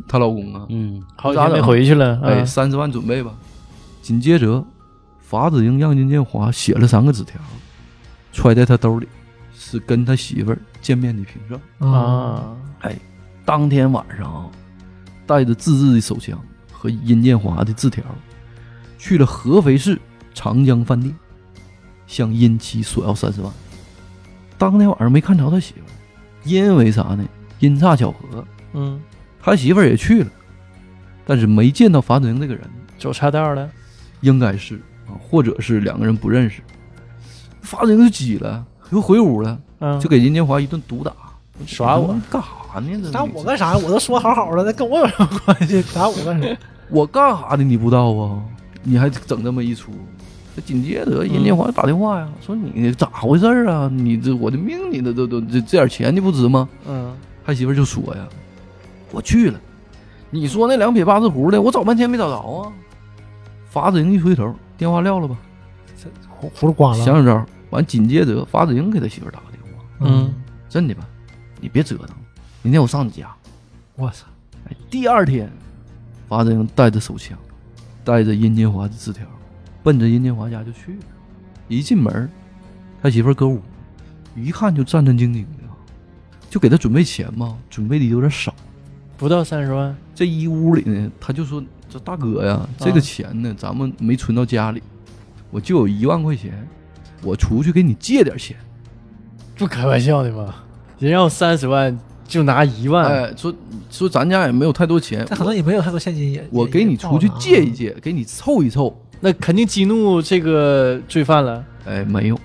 Speaker 4: 她老公啊！
Speaker 3: 嗯，
Speaker 1: 好几天没回去了。
Speaker 4: 哎，
Speaker 1: 啊
Speaker 4: 三十万准备吧。紧接着，法子英让殷建华写了三个纸条，揣在他兜里，是跟他媳妇儿见面的凭证。
Speaker 2: 啊，
Speaker 1: 啊，
Speaker 4: 当天晚上啊，带着自制的手枪和殷建华的字条，去了合肥市长江饭店，向殷妻索要三十万。当天晚上没看着他媳妇儿，因为啥呢？阴差巧合，
Speaker 1: 嗯，
Speaker 4: 他媳妇儿也去了，但是没见到法子英这个人，
Speaker 1: 走岔道了。
Speaker 4: 应该是啊，或者是两个人不认识。发人就急了，又回屋了，
Speaker 1: 嗯，
Speaker 4: 就给任建华一顿毒打，
Speaker 1: 耍我
Speaker 4: 你干啥呢？这
Speaker 2: 打我干啥？我都说好好的，那跟我有什么关系？ 打我干啥？
Speaker 4: 我干啥的你不知道啊？你还整这么一出，这紧接着任建华打电话呀，说你咋回事儿啊？你这我的命，你这都都这这点钱你不值吗？
Speaker 1: 嗯
Speaker 4: 他媳妇儿就说呀，我去了，你说那两撇八字胡的，我找半天没找着啊。法子营一回头，电话撂了吧，
Speaker 2: 葫葫芦刮了，
Speaker 4: 想想招儿。完，紧接着法子营给他媳妇儿打个电话，
Speaker 1: 嗯，
Speaker 4: 真的吧？你别折腾，明天我上你家。
Speaker 2: 我操，
Speaker 4: 哎，第二天，法子营带着手枪，带着殷建华的字条，奔着殷建华家就去了。一进门儿，他媳妇儿搁屋，一看就战战兢兢的，就给他准备钱嘛，准备的有点少。
Speaker 1: 不到三十万，
Speaker 4: 这一屋里呢，他就说：“这大哥呀，这个钱呢，咱们没存到家里，我就有一万块钱，我出去给你借点钱。
Speaker 1: 不开玩笑的吧？人要三十万就拿一万，
Speaker 4: 哎，说说咱家也没有太多钱，
Speaker 2: 他可能也没有太多现金，也
Speaker 4: 我
Speaker 2: 也
Speaker 4: 给你
Speaker 2: 也到了
Speaker 4: 出去
Speaker 2: 啊
Speaker 4: 借一借，给你凑一凑。
Speaker 1: 那肯定激怒这个罪犯了。
Speaker 4: 哎，没有。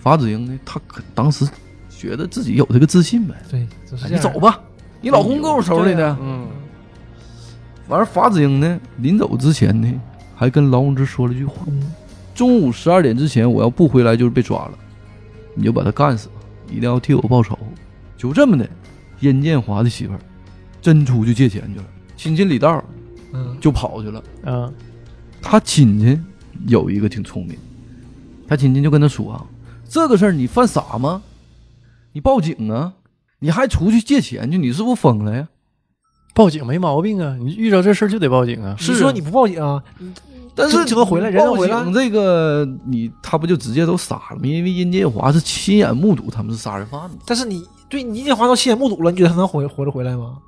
Speaker 4: 法子英呢，他可当时觉得自己有这个自信呗，
Speaker 2: 对，就是啊
Speaker 4: 哎
Speaker 2: 这
Speaker 4: 你
Speaker 2: 样
Speaker 4: 走吧，你老公够愁的
Speaker 2: 啊
Speaker 4: 呢。
Speaker 1: 嗯
Speaker 4: 完了，法子英呢，临走之前呢，还跟劳荣枝说了一句话。
Speaker 2: 嗯
Speaker 4: 中午十二点之前，我要不回来就是被抓了，你就把他干死吧，一定要替我报仇。就这么的，殷建华的媳妇儿真出去借钱去了，亲戚里道儿
Speaker 2: 嗯，
Speaker 4: 就跑去了。
Speaker 1: 嗯
Speaker 4: 他亲戚有一个挺聪明，他亲戚就跟他说啊：“这个事儿你犯傻吗？你报警啊！你还出去借钱去？你是不是疯了呀？
Speaker 1: 报警没毛病啊，你遇着这事儿就得报警啊。
Speaker 2: 你说你不报警啊，
Speaker 4: 但是
Speaker 2: 这都回来人都回来
Speaker 4: 报警这个你他不就直接都傻了吗？因为殷建华是亲眼目睹他们是杀人犯嘛。”
Speaker 2: 但是你对你建华都亲眼目睹了，你觉得他能活活着回来吗？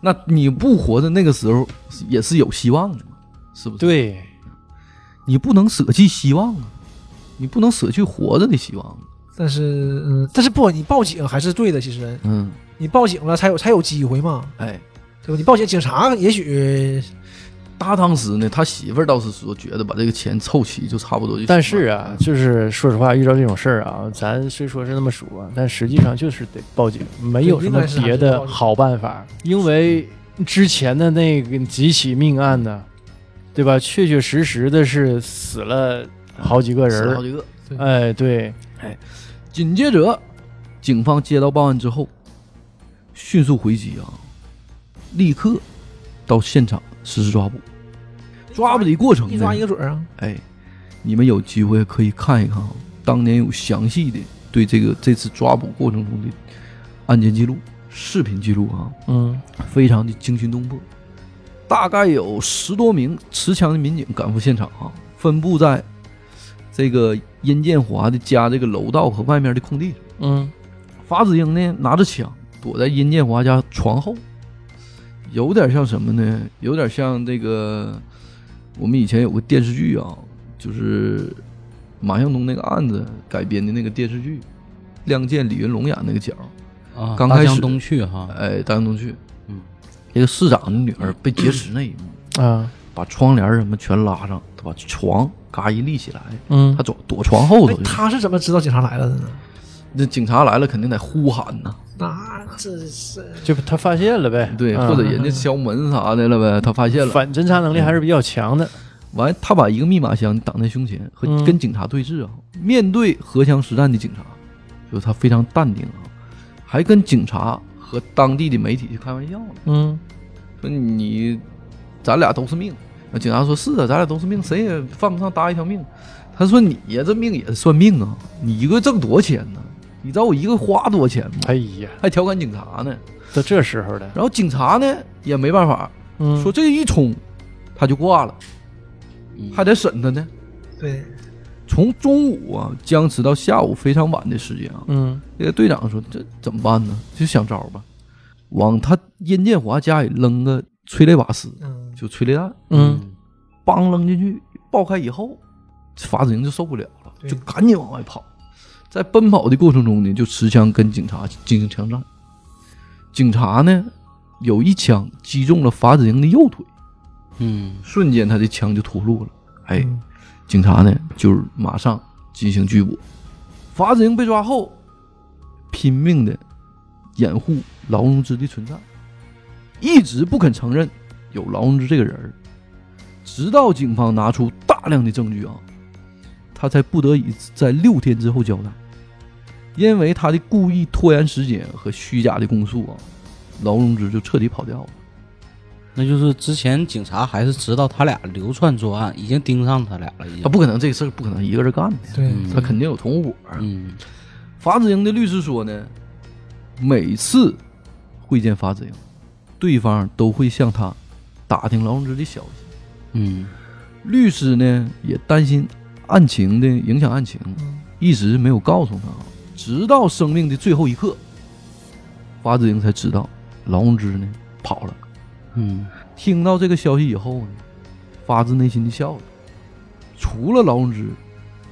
Speaker 4: 那你不活在那个时候也是有希望的嘛，是不是？，
Speaker 1: 对，
Speaker 4: 你不能舍弃希望啊，你不能舍去活着的希望。啊
Speaker 2: 但是，嗯，但是不，你报警还是对的。其实
Speaker 4: 嗯，
Speaker 2: 你报警了才有才有机会嘛，
Speaker 4: 哎，
Speaker 2: 对吧？你报警，警察也许
Speaker 4: 他当时呢，他媳妇儿倒是说觉得把这个钱凑齐就差不多就行了。
Speaker 1: 但是
Speaker 4: 嗯
Speaker 1: 啊，就是说实话，遇到这种事儿啊，咱虽说是那么说，啊但实际上就是得报警，没有什么别的好办法。因为之前的那个几起命案呢，对吧？确确实实的是死了好几个
Speaker 4: 嗯死了
Speaker 1: 人
Speaker 4: 好
Speaker 1: 儿。
Speaker 4: 几个。
Speaker 1: 哎，对，
Speaker 4: 紧接着，警方接到报案之后，迅速回击啊，立刻到现场实施抓捕。抓捕的过程
Speaker 2: 一
Speaker 4: 呢，
Speaker 2: 抓一个准儿啊。
Speaker 4: 哎，你们有机会可以看一看啊，当年有详细的对这个这次抓捕过程中的案件记录、视频记录啊，
Speaker 1: 嗯
Speaker 4: 非常的惊心动魄。大概有十多名持枪的民警赶赴现场啊，分布在这个殷建华的家这个楼道和外面的空地上。
Speaker 1: 嗯
Speaker 4: 法子英呢拿着枪躲在殷建华家床后，有点像什么呢？有点像这个我们以前有个电视剧啊，就是马向东那个案子改编的那个电视剧，《亮剑》李云龙演那个角，
Speaker 3: 啊，
Speaker 4: 刚
Speaker 3: 大
Speaker 4: 开
Speaker 3: 江
Speaker 4: 始
Speaker 3: 东去哈，
Speaker 4: 哎，大江东去，
Speaker 3: 嗯，
Speaker 4: 那个市长的女儿被劫持那一幕，
Speaker 1: 啊
Speaker 4: 把窗帘什么全拉上，他把床嘎一立起来，
Speaker 1: 嗯
Speaker 4: 他，躲躲床后头
Speaker 2: 那
Speaker 4: 去，
Speaker 2: 哎他是怎么知道警察来了的呢？
Speaker 4: 那警察来了肯定得呼喊呐、
Speaker 2: 那这是
Speaker 1: 就他发现了呗。
Speaker 4: 对，
Speaker 1: 嗯
Speaker 4: 或者人家敲门啥的了呗，他发现了。
Speaker 1: 反侦查能力还是比较强
Speaker 4: 嗯
Speaker 1: 的。
Speaker 4: 完，他把一个密码箱挡在胸前，和
Speaker 1: 嗯
Speaker 4: 跟警察对峙啊。面对荷枪实弹的警察，就是他非常淡定啊，还跟警察和当地的媒体去开玩笑呢，
Speaker 1: 嗯
Speaker 4: 说你，咱俩都是命。那警察说：“是啊，咱俩都是命，谁也犯不上搭一条命。”他说：“你呀，这命也算命啊，你一个月挣多少钱呢？你知道我一个月花多少钱吗？
Speaker 1: 哎呀，
Speaker 4: 还调侃警察呢。
Speaker 1: 都这时候了，
Speaker 4: 然后警察呢也没办法，
Speaker 1: 嗯
Speaker 4: 说这一冲，他就挂了，
Speaker 3: 嗯
Speaker 4: 还得审他呢。”
Speaker 2: 对，
Speaker 4: 从中午啊僵持到下午非常晚的时间啊，
Speaker 1: 嗯
Speaker 4: 这个队长说这怎么办呢？就想招吧，往他殷建华家里扔个催泪瓦斯，
Speaker 2: 嗯，
Speaker 4: 就催泪弹，
Speaker 1: 嗯，
Speaker 4: 梆扔进去，爆开以后，法子营就受不了了，
Speaker 2: 对
Speaker 4: 就赶紧往外跑。在奔跑的过程中呢，就持枪跟警察进行枪战。警察呢，有一枪击中了法子营的右腿，
Speaker 3: 嗯，
Speaker 4: 瞬间他的枪就脱落了。哎，
Speaker 2: 嗯
Speaker 4: 警察呢就是马上进行拘捕。法子英被抓后，拼命的掩护劳荣枝的存在，一直不肯承认有劳荣枝这个人儿，直到警方拿出大量的证据啊，他才不得已在六天之后交代。因为他的故意拖延时间和虚假的供述啊，劳荣枝就彻底跑掉了。
Speaker 3: 那就是之前警察还是知道他俩流窜作案，已经盯上他俩了，已经。
Speaker 4: 啊他不可能这个事儿不可能一个人干的，
Speaker 2: 对，
Speaker 3: 嗯
Speaker 4: 他肯定有同伙。
Speaker 3: 嗯，
Speaker 4: 法子英的律师说呢，每次会见法子英，对方都会向他打听劳荣枝的消息。
Speaker 3: 嗯
Speaker 4: 律师呢也担心案情的影响案情，
Speaker 2: 嗯
Speaker 4: 一直没有告诉他，直到生命的最后一刻，法子英才知道劳荣枝呢跑了。
Speaker 3: 嗯
Speaker 4: 听到这个消息以后呢，发自内心的笑了。除了劳荣枝，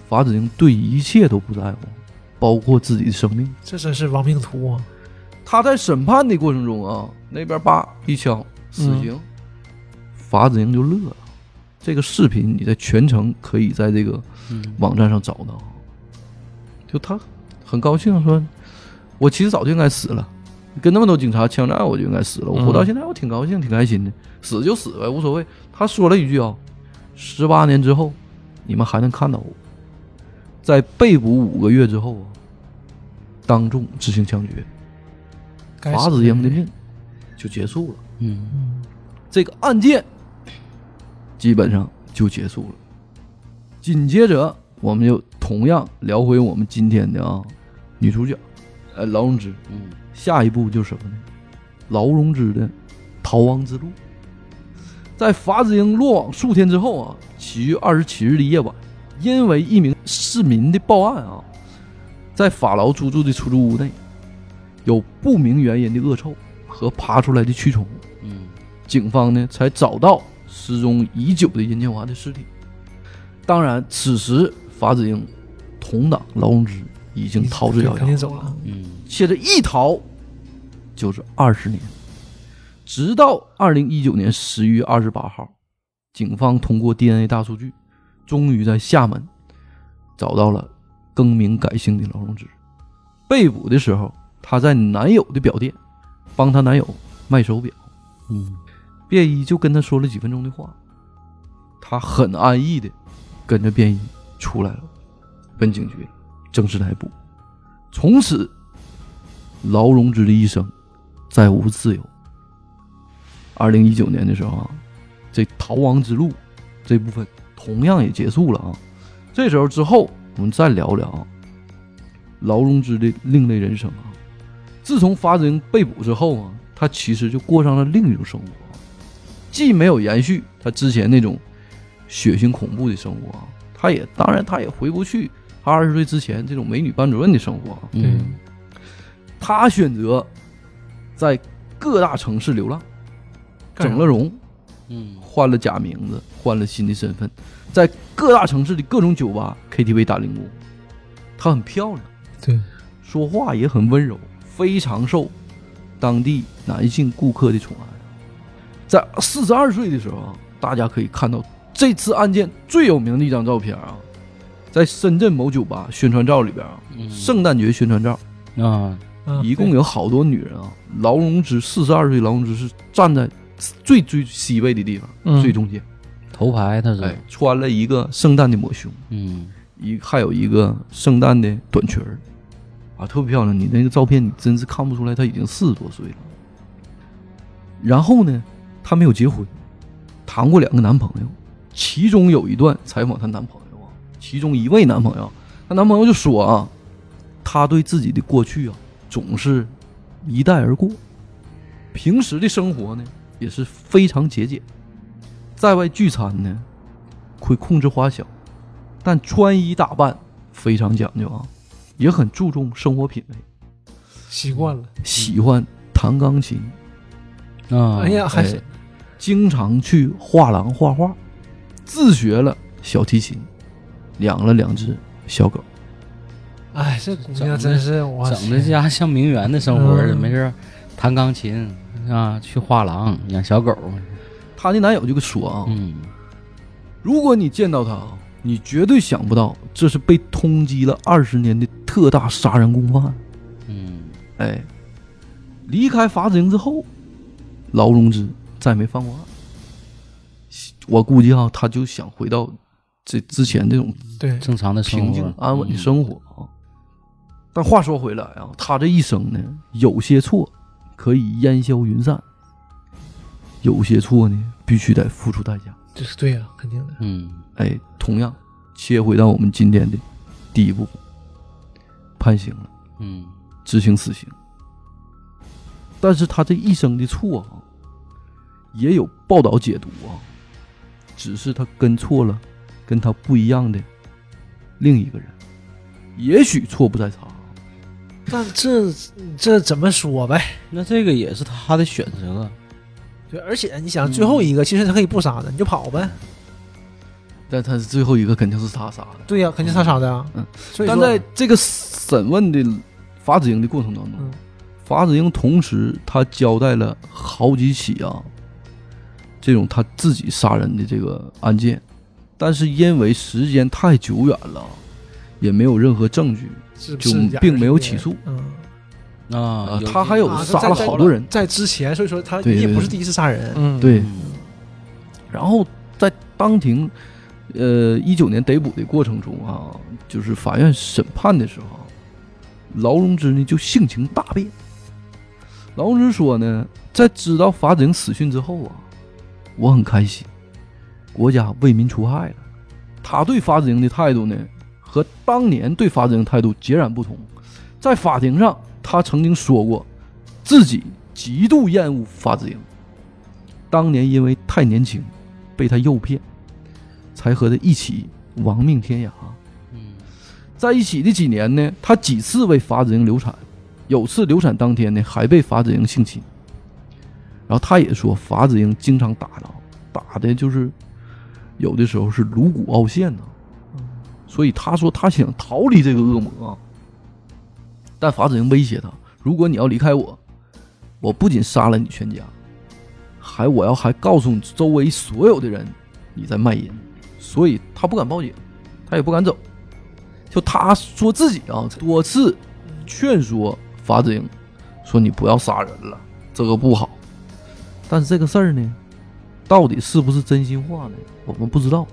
Speaker 4: 法子英对一切都不在乎，包括自己的生命。
Speaker 2: 这真是亡命徒啊！
Speaker 4: 他在审判的过程中啊，那边叭一枪死刑，法子英就乐了。这个视频你在全程可以在这个
Speaker 3: 嗯，
Speaker 4: 网站上找到，就他很高兴说：“我其实早就应该死了，跟那么多警察枪战我就应该死了，我活到
Speaker 1: 嗯
Speaker 4: 现在我挺高兴，挺开心的，死就死呗，无所谓。”他说了一句啊：“十八年之后，你们还能看到我，在被捕五个月之后啊，当众执行枪决，
Speaker 2: 该
Speaker 4: 法
Speaker 2: 死
Speaker 4: 子英的命就结束了。”
Speaker 3: 嗯
Speaker 2: 嗯
Speaker 4: 这个案件基本上就结束了。紧接着，我们就同样聊回我们今天的啊女主角，呃，劳荣枝。
Speaker 3: 嗯
Speaker 4: 下一步就是什么呢？劳荣枝的逃亡之路。在法子英落网数天之后啊，七月二十七日的夜晚，因为一名市民的报案啊，在法劳租住的出租屋内，有不明原因的恶臭和爬出来的蛆虫。
Speaker 3: 嗯
Speaker 4: 警方呢才找到失踪已久的殷建华的尸体。当然，此时法子英同党劳荣枝已经逃之夭
Speaker 2: 肯定
Speaker 4: 夭，
Speaker 2: 走了。
Speaker 3: 嗯
Speaker 4: 接着一逃就是二十年，直到二零一九年十月二十八号，警方通过 DNA 大数据，终于在厦门找到了更名改姓的劳荣枝。被捕的时候，她在男友的表店帮她男友卖手表。
Speaker 3: 嗯
Speaker 4: 便衣就跟他说了几分钟的话，他很安逸的跟着便衣出来了，奔警局正式逮捕。从此，劳荣枝的一生再无自由。二零一九年的时候啊，这逃亡之路这部分同样也结束了啊。这时候之后，我们再聊聊啊，劳荣枝的另类人生啊。自从法子英被捕之后啊，他其实就过上了另一种生活啊，既没有延续他之前那种血腥恐怖的生活啊，他也当然他也回不去他二十岁之前这种美女班主任的生活啊，
Speaker 3: 嗯
Speaker 4: 他选择在各大城市流浪，
Speaker 2: 干啥
Speaker 4: 整了容，
Speaker 3: 嗯
Speaker 4: 换了假名字，换了新的身份，在各大城市的各种酒吧、KTV 打零工。她很漂亮，
Speaker 2: 对，
Speaker 4: 说话也很温柔，非常受当地男性顾客的宠爱。在四十二岁的时候啊，大家可以看到这次案件最有名的一张照片啊，在深圳某酒吧宣传照里边啊，
Speaker 3: 嗯
Speaker 4: 圣诞节宣传照，
Speaker 3: 啊
Speaker 2: 啊
Speaker 4: 一共有好多女人啊。劳荣枝四十二岁，劳荣枝是站在最最 C 位的地方，
Speaker 1: 嗯
Speaker 4: 最中间，
Speaker 3: 头牌他
Speaker 4: 哎
Speaker 3: 是，
Speaker 4: 穿了一个圣诞的抹胸，
Speaker 3: 嗯
Speaker 4: 一还有一个圣诞的短裙儿，啊，特别漂亮。你那个照片，你真是看不出来她已经四十多岁了。然后呢，她没有结婚，谈过两个男朋友，其中有一段采访她男朋友啊，其中一位男朋友，她男朋友就说啊，她对自己的过去啊，总是一带而过，平时的生活呢也是非常节俭，在外聚餐呢会控制花销。但穿衣打扮非常讲究啊，也很注重生活品味，
Speaker 2: 习惯了。
Speaker 4: 喜欢弹钢琴，
Speaker 3: 啊
Speaker 2: 哎呀，还是
Speaker 4: 哎经常去画廊画画，自学了小提琴，养了两只小狗。
Speaker 2: 哎，这姑娘
Speaker 3: 整
Speaker 2: 真是我
Speaker 3: 整的家像名媛的生活
Speaker 4: 嗯
Speaker 3: 似的，没事儿弹钢琴啊，去画廊养小狗，
Speaker 4: 她的男友就跟说啊，
Speaker 3: 嗯
Speaker 4: 如果你见到她啊，你绝对想不到，这是被通缉了二十年的特大杀人共犯。
Speaker 3: 嗯，
Speaker 4: 哎，离开法警之后，劳荣枝再没犯过案。我估计啊，他就想回到这之前这种
Speaker 2: 对，
Speaker 3: 正常的生活，
Speaker 4: 平静安稳的生活啊。但话说回来啊，他这一生呢，有些错可以烟消云散，有些错呢必须得付出代价。
Speaker 2: 这是对呀，肯定的。
Speaker 3: 嗯，
Speaker 4: 哎，同样切回到我们今天的第一部分，判刑了，
Speaker 3: 嗯嗯，
Speaker 4: 执行死刑。但是他这一生的错啊，也有报道解读啊，只是他跟错了跟他不一样的另一个人，也许错不在他。
Speaker 2: 但这这怎么说呗？
Speaker 3: 那这个也是他的选择啊，
Speaker 2: 对，而且你
Speaker 4: 嗯
Speaker 2: 想，最后一个其实他可以不杀的，你就跑呗。
Speaker 4: 但他是最后一个肯定是他杀的。
Speaker 2: 对呀，肯定是他杀的啊
Speaker 4: 嗯。
Speaker 2: 所以
Speaker 4: 但
Speaker 2: 说
Speaker 4: 在这个审问的法子英的过程当中，
Speaker 2: 嗯
Speaker 4: 法子英同时他交代了好几起啊，这种他自己杀人的这个案件，但是因为时间太久远了，也没有任何证据，
Speaker 2: 是不
Speaker 4: 就是
Speaker 2: 俩
Speaker 4: 并没有
Speaker 2: 人是
Speaker 4: 起
Speaker 2: 别人
Speaker 4: 诉。
Speaker 2: 嗯，
Speaker 3: 啊
Speaker 4: 啊，他还有
Speaker 2: 啊
Speaker 4: 杀
Speaker 2: 在
Speaker 4: 了
Speaker 2: 在
Speaker 4: 好多人，
Speaker 2: 在之前，所以说他
Speaker 4: 对对
Speaker 2: 也不是
Speaker 4: 对
Speaker 2: 第一次杀人。
Speaker 1: 嗯，
Speaker 4: 对，
Speaker 3: 嗯
Speaker 4: 然后在当庭，呃，一九年逮捕的过程中啊，就是法院审判的时候啊，劳荣枝呢就性情大变。劳荣枝说呢，在知道法警死讯之后啊，我很开心，国家为民除害了。他对法警的态度呢，和当年对法警态度截然不同。在法庭上，他曾经说过，自己极度厌恶法警，当年因为太年轻，被他诱骗，才和他一起亡命天涯。啊
Speaker 3: 嗯
Speaker 4: 在一起的几年呢，他几次为法子英流产，有次流产当天呢，还被法子英性侵。然后他也说，法子英经常打他，打的就是有的时候是颅骨凹陷呐、所以他说他想逃离这个恶魔啊，但法子英威胁他，如果你要离开我，我不仅杀了你全家，还我要还告诉你周围所有的人你在卖淫，所以他不敢报警，他也不敢走。就他说自己啊，多次劝说法子英，说你不要杀人了，这个不好。但是这个事儿呢，到底是不是真心话呢？我们不知道。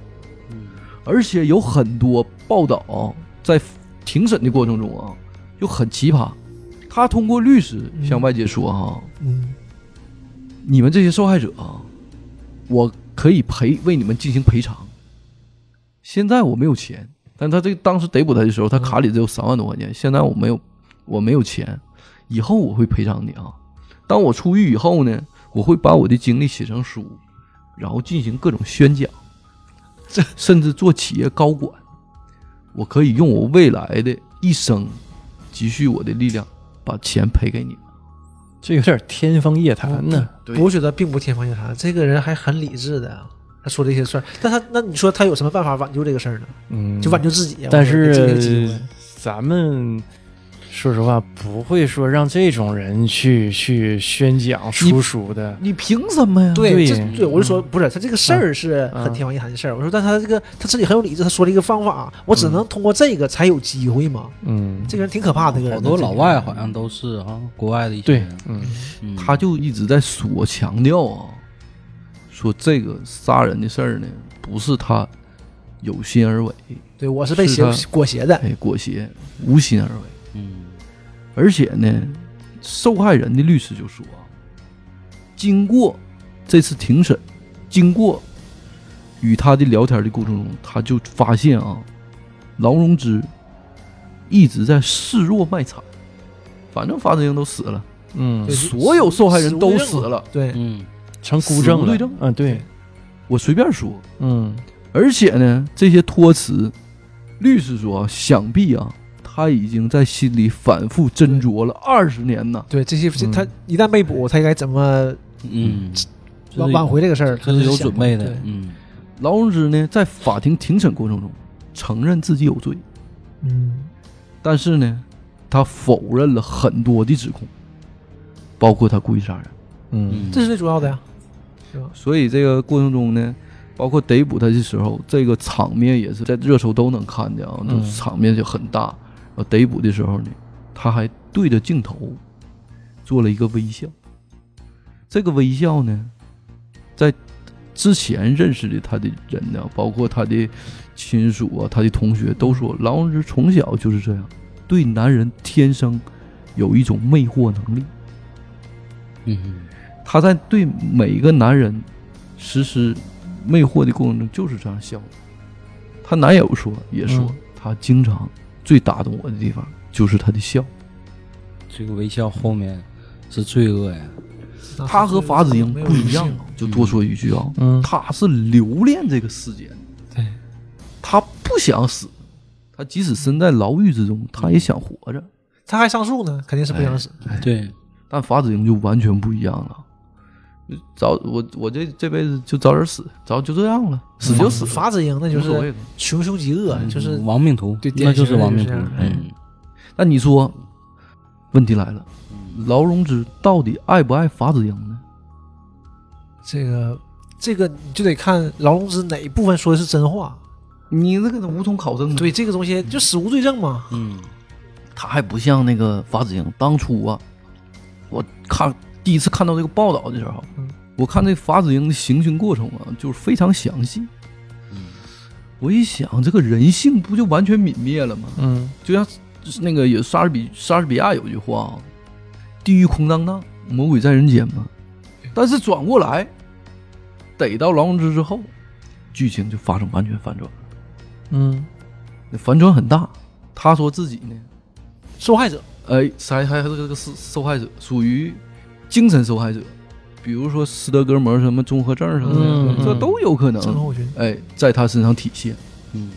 Speaker 3: 嗯
Speaker 4: 而且有很多报道啊在庭审的过程中啊，就很奇葩。他通过律师向外界说哈、
Speaker 2: 嗯，
Speaker 4: 你们这些受害者啊，我可以赔为你们进行赔偿。现在我没有钱，但他这个当时逮捕他的时候，他卡里只有三万多块钱。现在我没有，我没有钱，以后我会赔偿你啊。当我出狱以后呢，我会把我的经历写成书，然后进行各种宣讲，这甚至做企业高管。我可以用我未来的一生，积蓄我的力量，把钱赔给你们。
Speaker 1: 这有点天方夜谭呢。
Speaker 4: 对
Speaker 2: 我觉得并不天方夜谭，这个人还很理智的。啊他说这些事儿，但他那你说他有什么办法挽救这个事儿呢？
Speaker 1: 嗯，
Speaker 2: 就挽救自己啊呀。
Speaker 1: 但
Speaker 2: 我觉得这个
Speaker 1: 是
Speaker 2: 机会
Speaker 1: 咱们说实话，不会说让这种人去去宣讲出书的。
Speaker 4: 你凭什么呀？
Speaker 1: 对
Speaker 2: 对，这对我就说不是他这个事儿是
Speaker 1: 嗯
Speaker 2: 很天方夜谭的事儿。我说，但他这个他自己很有理智，他说了一个方法，啊我只能通过这个才有机会嘛。
Speaker 1: 嗯，
Speaker 2: 这个人挺可怕的，这个人
Speaker 3: 好多老外好像都是啊，国外的一些
Speaker 1: 对
Speaker 3: 人，
Speaker 1: 嗯，
Speaker 3: 嗯
Speaker 4: 他就一直在说强调啊，说这个杀人的事儿呢，不是他有心而为，
Speaker 2: 对我是被
Speaker 4: 是
Speaker 2: 邪
Speaker 4: 他
Speaker 2: 裹挟的。
Speaker 4: 哎，裹挟，无心而为。
Speaker 3: 嗯
Speaker 4: 而且呢，受害人的律师就说啊，经过这次庭审，经过与他的聊天的过程中，他就发现啊，劳荣枝一直在示弱卖惨，反正法子英都死了，
Speaker 1: 嗯
Speaker 2: 对，
Speaker 4: 所有受害人都
Speaker 2: 死
Speaker 4: 死
Speaker 2: 无对
Speaker 4: 了，
Speaker 2: 对，
Speaker 3: 嗯
Speaker 1: 成孤证
Speaker 4: 死无
Speaker 1: 了
Speaker 4: 对证。
Speaker 1: 嗯，对，
Speaker 4: 我随便说。
Speaker 1: 嗯
Speaker 4: 而且呢，这些托词，律师说啊，想必啊，他已经在心里反复斟酌了二十年呢。
Speaker 2: 对，这些这
Speaker 1: 嗯
Speaker 2: 他一旦被捕，他应该怎么
Speaker 3: 嗯，
Speaker 2: 挽挽回这个事儿？
Speaker 3: 这是有准备的
Speaker 2: 对，
Speaker 3: 嗯
Speaker 4: 劳荣枝呢，在法庭庭审过程中承认自己有罪，
Speaker 2: 嗯，
Speaker 4: 但是呢，他否认了很多的指控，包括他故意杀人。
Speaker 1: 嗯
Speaker 3: 嗯，
Speaker 2: 这是最主要的呀。
Speaker 4: 所以这个过程中呢，包括逮捕他的时候，这个场面也是在热搜都能看见啊，就
Speaker 3: 嗯
Speaker 4: 是场面就很大。呃，逮捕的时候呢，他还对着镜头做了一个微笑。这个微笑呢，在之前认识的他的人呢，包括他的亲属啊，他的同学都说，劳荣枝从小就是这样，对男人天生有一种魅惑能力。
Speaker 3: 嗯，
Speaker 4: 他在对每一个男人实施魅惑的过程中就是这样笑的。他男友说也说，
Speaker 1: 嗯
Speaker 4: 他经常最打动我的地方就是他的笑。
Speaker 3: 这个微笑后面是罪恶呀，
Speaker 4: 他和法子英不一样
Speaker 2: 没有人性
Speaker 4: 啊，就多说一句啊，
Speaker 1: 嗯
Speaker 4: 他是留恋这个世间，
Speaker 2: 对，
Speaker 4: 他不想死，他即使身在牢狱之中，他也想活着。
Speaker 2: 他还上诉呢，肯定是不
Speaker 4: 哎
Speaker 2: 想死。
Speaker 3: 对，
Speaker 4: 但法子英就完全不一样了。早我我这这辈子就早点死，早就这样了，死就死，
Speaker 2: 法子英那就
Speaker 4: 无所谓嗯
Speaker 2: 是
Speaker 4: 了。
Speaker 2: 穷凶极恶，就是
Speaker 3: 嗯亡命徒，
Speaker 2: 对
Speaker 3: 那就是亡命
Speaker 2: 典
Speaker 3: 徒
Speaker 2: 型的，就是
Speaker 3: 嗯，
Speaker 4: 那你说，问题来了，劳荣枝到底爱不爱法子英呢？
Speaker 2: 这个这个你就得看劳荣枝哪一部分说的是真话。
Speaker 4: 你这个无从考证对，
Speaker 2: 对，这个东西就死无对证嘛。
Speaker 3: 嗯，
Speaker 4: 他还不像那个法子英当初啊，我看第一次看到这个报道的时候
Speaker 2: 嗯，
Speaker 4: 我看这法子英的行刑过程啊，就是非常详细。嗯我一想，这个人性不就完全泯灭了吗？
Speaker 1: 嗯
Speaker 4: 就像那个有莎士比莎士比亚有句话啊，“地狱空荡荡，魔鬼在人间”嘛。但是转过来，逮到劳荣枝之后，剧情就发生完全反转，
Speaker 1: 嗯
Speaker 4: 那反转很大。他说自己呢，
Speaker 2: 受害者
Speaker 4: 哎，还还还是个受受害者，属于精神受害者，比如说斯德哥尔摩什么综合症什么
Speaker 1: 嗯
Speaker 4: 的，这都有可
Speaker 2: 症
Speaker 4: 能。
Speaker 2: 候群，
Speaker 4: 哎，在他身上体现。
Speaker 3: 嗯，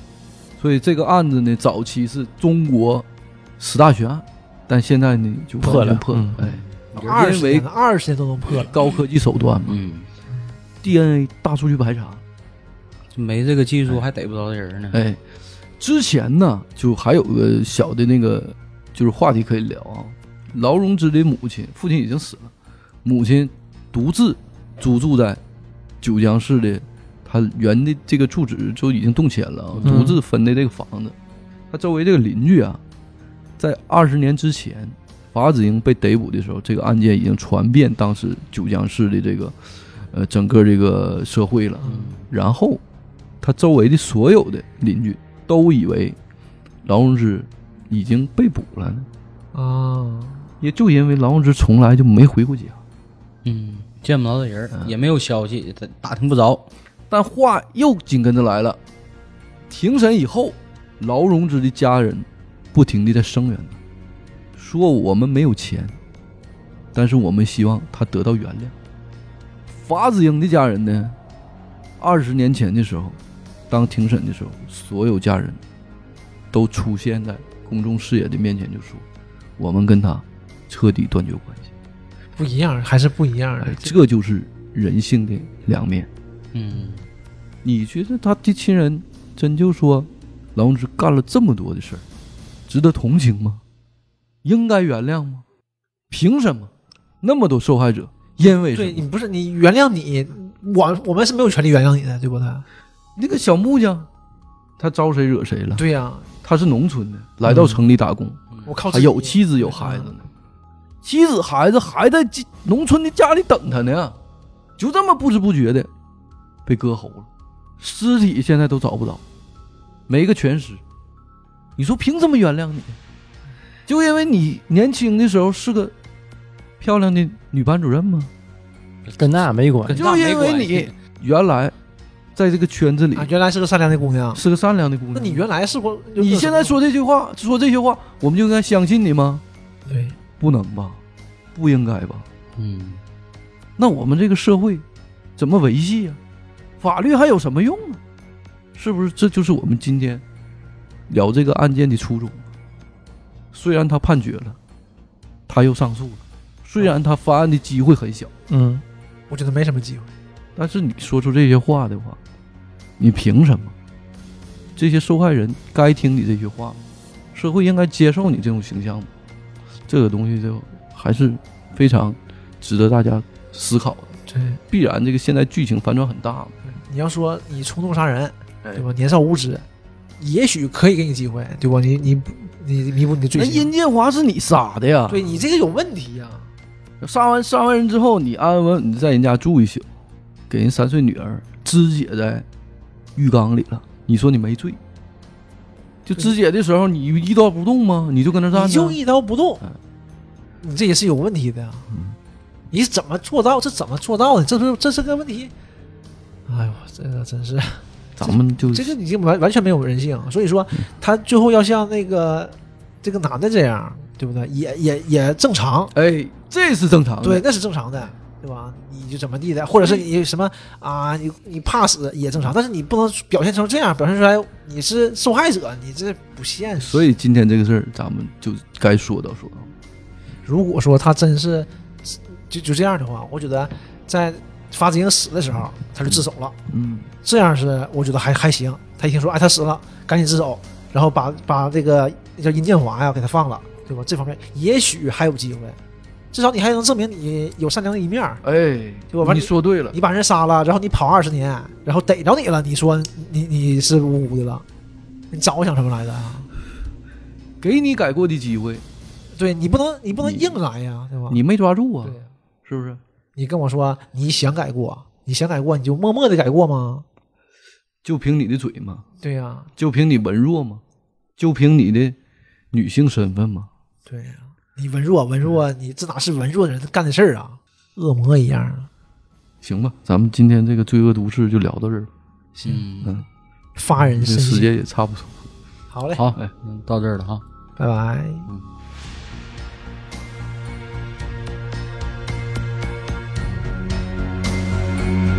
Speaker 4: 所以这个案子呢，早期是中国十大悬案，但现在呢就完
Speaker 1: 破了
Speaker 4: 全破了，
Speaker 1: 嗯
Speaker 4: 哎，
Speaker 2: 二
Speaker 4: 因
Speaker 2: 十
Speaker 4: 为
Speaker 2: 年二十年都能破了。
Speaker 4: 高科技手段嘛
Speaker 3: 嗯，
Speaker 4: ，DNA 大数据排查，
Speaker 3: 就没这个技术还逮不着人呢，
Speaker 4: 哎，之前呢就还有个小的那个就是话题可以聊啊，劳荣枝的母亲，父亲已经死了，母亲独自租住在九江市的她原的这个住址就已经动迁了啊，
Speaker 1: 嗯
Speaker 4: 独自分的这个房子，她周围这个邻居啊，在二十年之前。法子英被逮捕的时候，这个案件已经传遍当时九江市的这个，呃，整个这个社会了。
Speaker 2: 嗯，
Speaker 4: 然后他周围的所有的邻居都以为劳荣枝已经被捕了呢，
Speaker 2: 啊，
Speaker 4: 也就因为劳荣枝从来就没回过家。
Speaker 3: 嗯，见不着这人，也没有消息，他打听不着，
Speaker 4: 但话又紧跟着来了，庭审以后，劳荣枝的家人不停地在声援他，说我们没有钱，但是我们希望他得到原谅。法子英的家人呢，二十年前的时候，当庭审的时候，所有家人都出现在公众视野的面前，就说我们跟他彻底断绝关系。
Speaker 2: 不一样，还是不一样
Speaker 4: 哎
Speaker 2: 的，。
Speaker 4: 这就是人性的两面。
Speaker 3: 嗯，
Speaker 4: 你觉得他的亲人真就说劳荣枝干了这么多的事儿，值得同情吗？应该原谅吗？凭什么那么多受害者？因为什
Speaker 2: 对
Speaker 4: 么？
Speaker 2: 你不是你原谅你，我我们是没有权利原谅你的，对不对？
Speaker 4: 那个小木匠，他招谁惹谁了？
Speaker 2: 对嗯呀、
Speaker 4: 他是农村的，来到城里打工，
Speaker 2: 我
Speaker 4: 还
Speaker 2: 靠自己，
Speaker 4: 啊有妻子有孩子呢，妻子孩子还在家农村的家里等他呢，就这么不知不觉的被割喉了，尸体现在都找不着，没个全尸。你说凭什么原谅你？就因为你年轻的时候是个漂亮的女班主任吗？
Speaker 1: 跟那没关
Speaker 3: 跟
Speaker 1: 系。
Speaker 3: 那没
Speaker 4: 就因为
Speaker 3: 关系
Speaker 4: 你原来在这个圈子里
Speaker 2: 啊，原来是个善良的姑娘。
Speaker 4: 是个善良的姑娘。
Speaker 2: 那你原来是不？
Speaker 4: 嗯你现在说这句话，说这些话，我们就应该相信你吗？
Speaker 2: 对，
Speaker 4: 不能吧，不应该吧？
Speaker 3: 嗯，
Speaker 4: 那我们这个社会怎么维系呀、法律还有什么用啊？是不是这就是我们今天聊这个案件的初衷？啊虽然他判决了，他又上诉了，虽然他翻案的机会很小，
Speaker 1: 嗯
Speaker 2: 我觉得没什么机会。
Speaker 4: 但是你说出这些话的话，你凭什么？这些受害人该听你这些话吗？社会应该接受你这种形象吗？这个东西就还是非常值得大家思考的。
Speaker 2: 对，
Speaker 4: 必然这个现在剧情反转很大。
Speaker 2: 你要说你冲动杀人，
Speaker 1: 哎
Speaker 2: 对吧？年少无知，也许可以给你机会，对吧？你你你弥补你的罪
Speaker 4: 那
Speaker 2: 行，
Speaker 4: 殷建华是你杀的呀？
Speaker 2: 对你这个有问题呀、
Speaker 4: 杀完杀完人之后，你安安稳稳的在人家住一宿，给人三岁女儿肢解在浴缸里了，你说你没罪？就肢解的时候，你一刀不动吗？你就跟那站
Speaker 2: 你就
Speaker 4: 着，
Speaker 2: 一刀不动
Speaker 4: 嗯，
Speaker 2: 你这也是有问题的呀、你怎么做到？这怎么做到的？这不这是个问题。哎呦，这个真是，
Speaker 4: 咱们就
Speaker 2: 这个已经完完全没有人性。所以说，
Speaker 4: 嗯
Speaker 2: 他最后要像那个这个男的这样，对不对？也也也正常，
Speaker 4: 哎，这是正常的。
Speaker 2: 对，，那是正常的，对吧？你就怎么地的，或者是
Speaker 4: 嗯
Speaker 2: 你什么啊，你你怕死也正常，但是你不能表现成这样，表现出来你是受害者，你这不现实。
Speaker 4: 所以今天这个事儿，咱们就该说到说到。
Speaker 2: 如果说他真是就就这样的话，我觉得在发子英死的时候，他就自首了，
Speaker 4: 嗯，
Speaker 2: 这样是我觉得还还行。他一听说哎他死了，赶紧自首，然后把把这个叫殷建华呀给他放了，对吧？这方面也许还有机会，至少你还能证明你有善良的一面儿。
Speaker 4: 哎，
Speaker 2: 就我把
Speaker 4: 你
Speaker 2: 你
Speaker 4: 说对了，
Speaker 2: 你把人杀了，然后你跑二十年，然后逮着你了，你说你你是无辜的了，你早想什么来的啊？
Speaker 4: 给你改过的机会，
Speaker 2: 对你不能你不能
Speaker 4: 你
Speaker 2: 硬来呀，对吧？
Speaker 4: 你没抓住啊
Speaker 2: 对，，
Speaker 4: 是不是？
Speaker 2: 你跟我说你想改过，你想改过你就默默的改过吗？
Speaker 4: 就凭你的嘴嘛，
Speaker 2: 对呀、
Speaker 4: 就凭你文弱嘛，就凭你的女性身份嘛。
Speaker 2: 对呀、你文弱文弱，
Speaker 4: 嗯
Speaker 2: 你这哪是文弱人干的事儿啊？恶魔
Speaker 4: 嗯
Speaker 2: 一样，
Speaker 4: 行吧，咱们今天这个罪恶都市就聊到这儿，
Speaker 3: 嗯，
Speaker 4: 嗯，
Speaker 2: 发人
Speaker 4: 这
Speaker 2: 深
Speaker 4: 时
Speaker 2: 省。
Speaker 4: 间也差不多。
Speaker 2: 好嘞，
Speaker 3: 好
Speaker 4: 哎，
Speaker 3: 嗯到这儿了哈。
Speaker 2: 拜拜。
Speaker 5: thank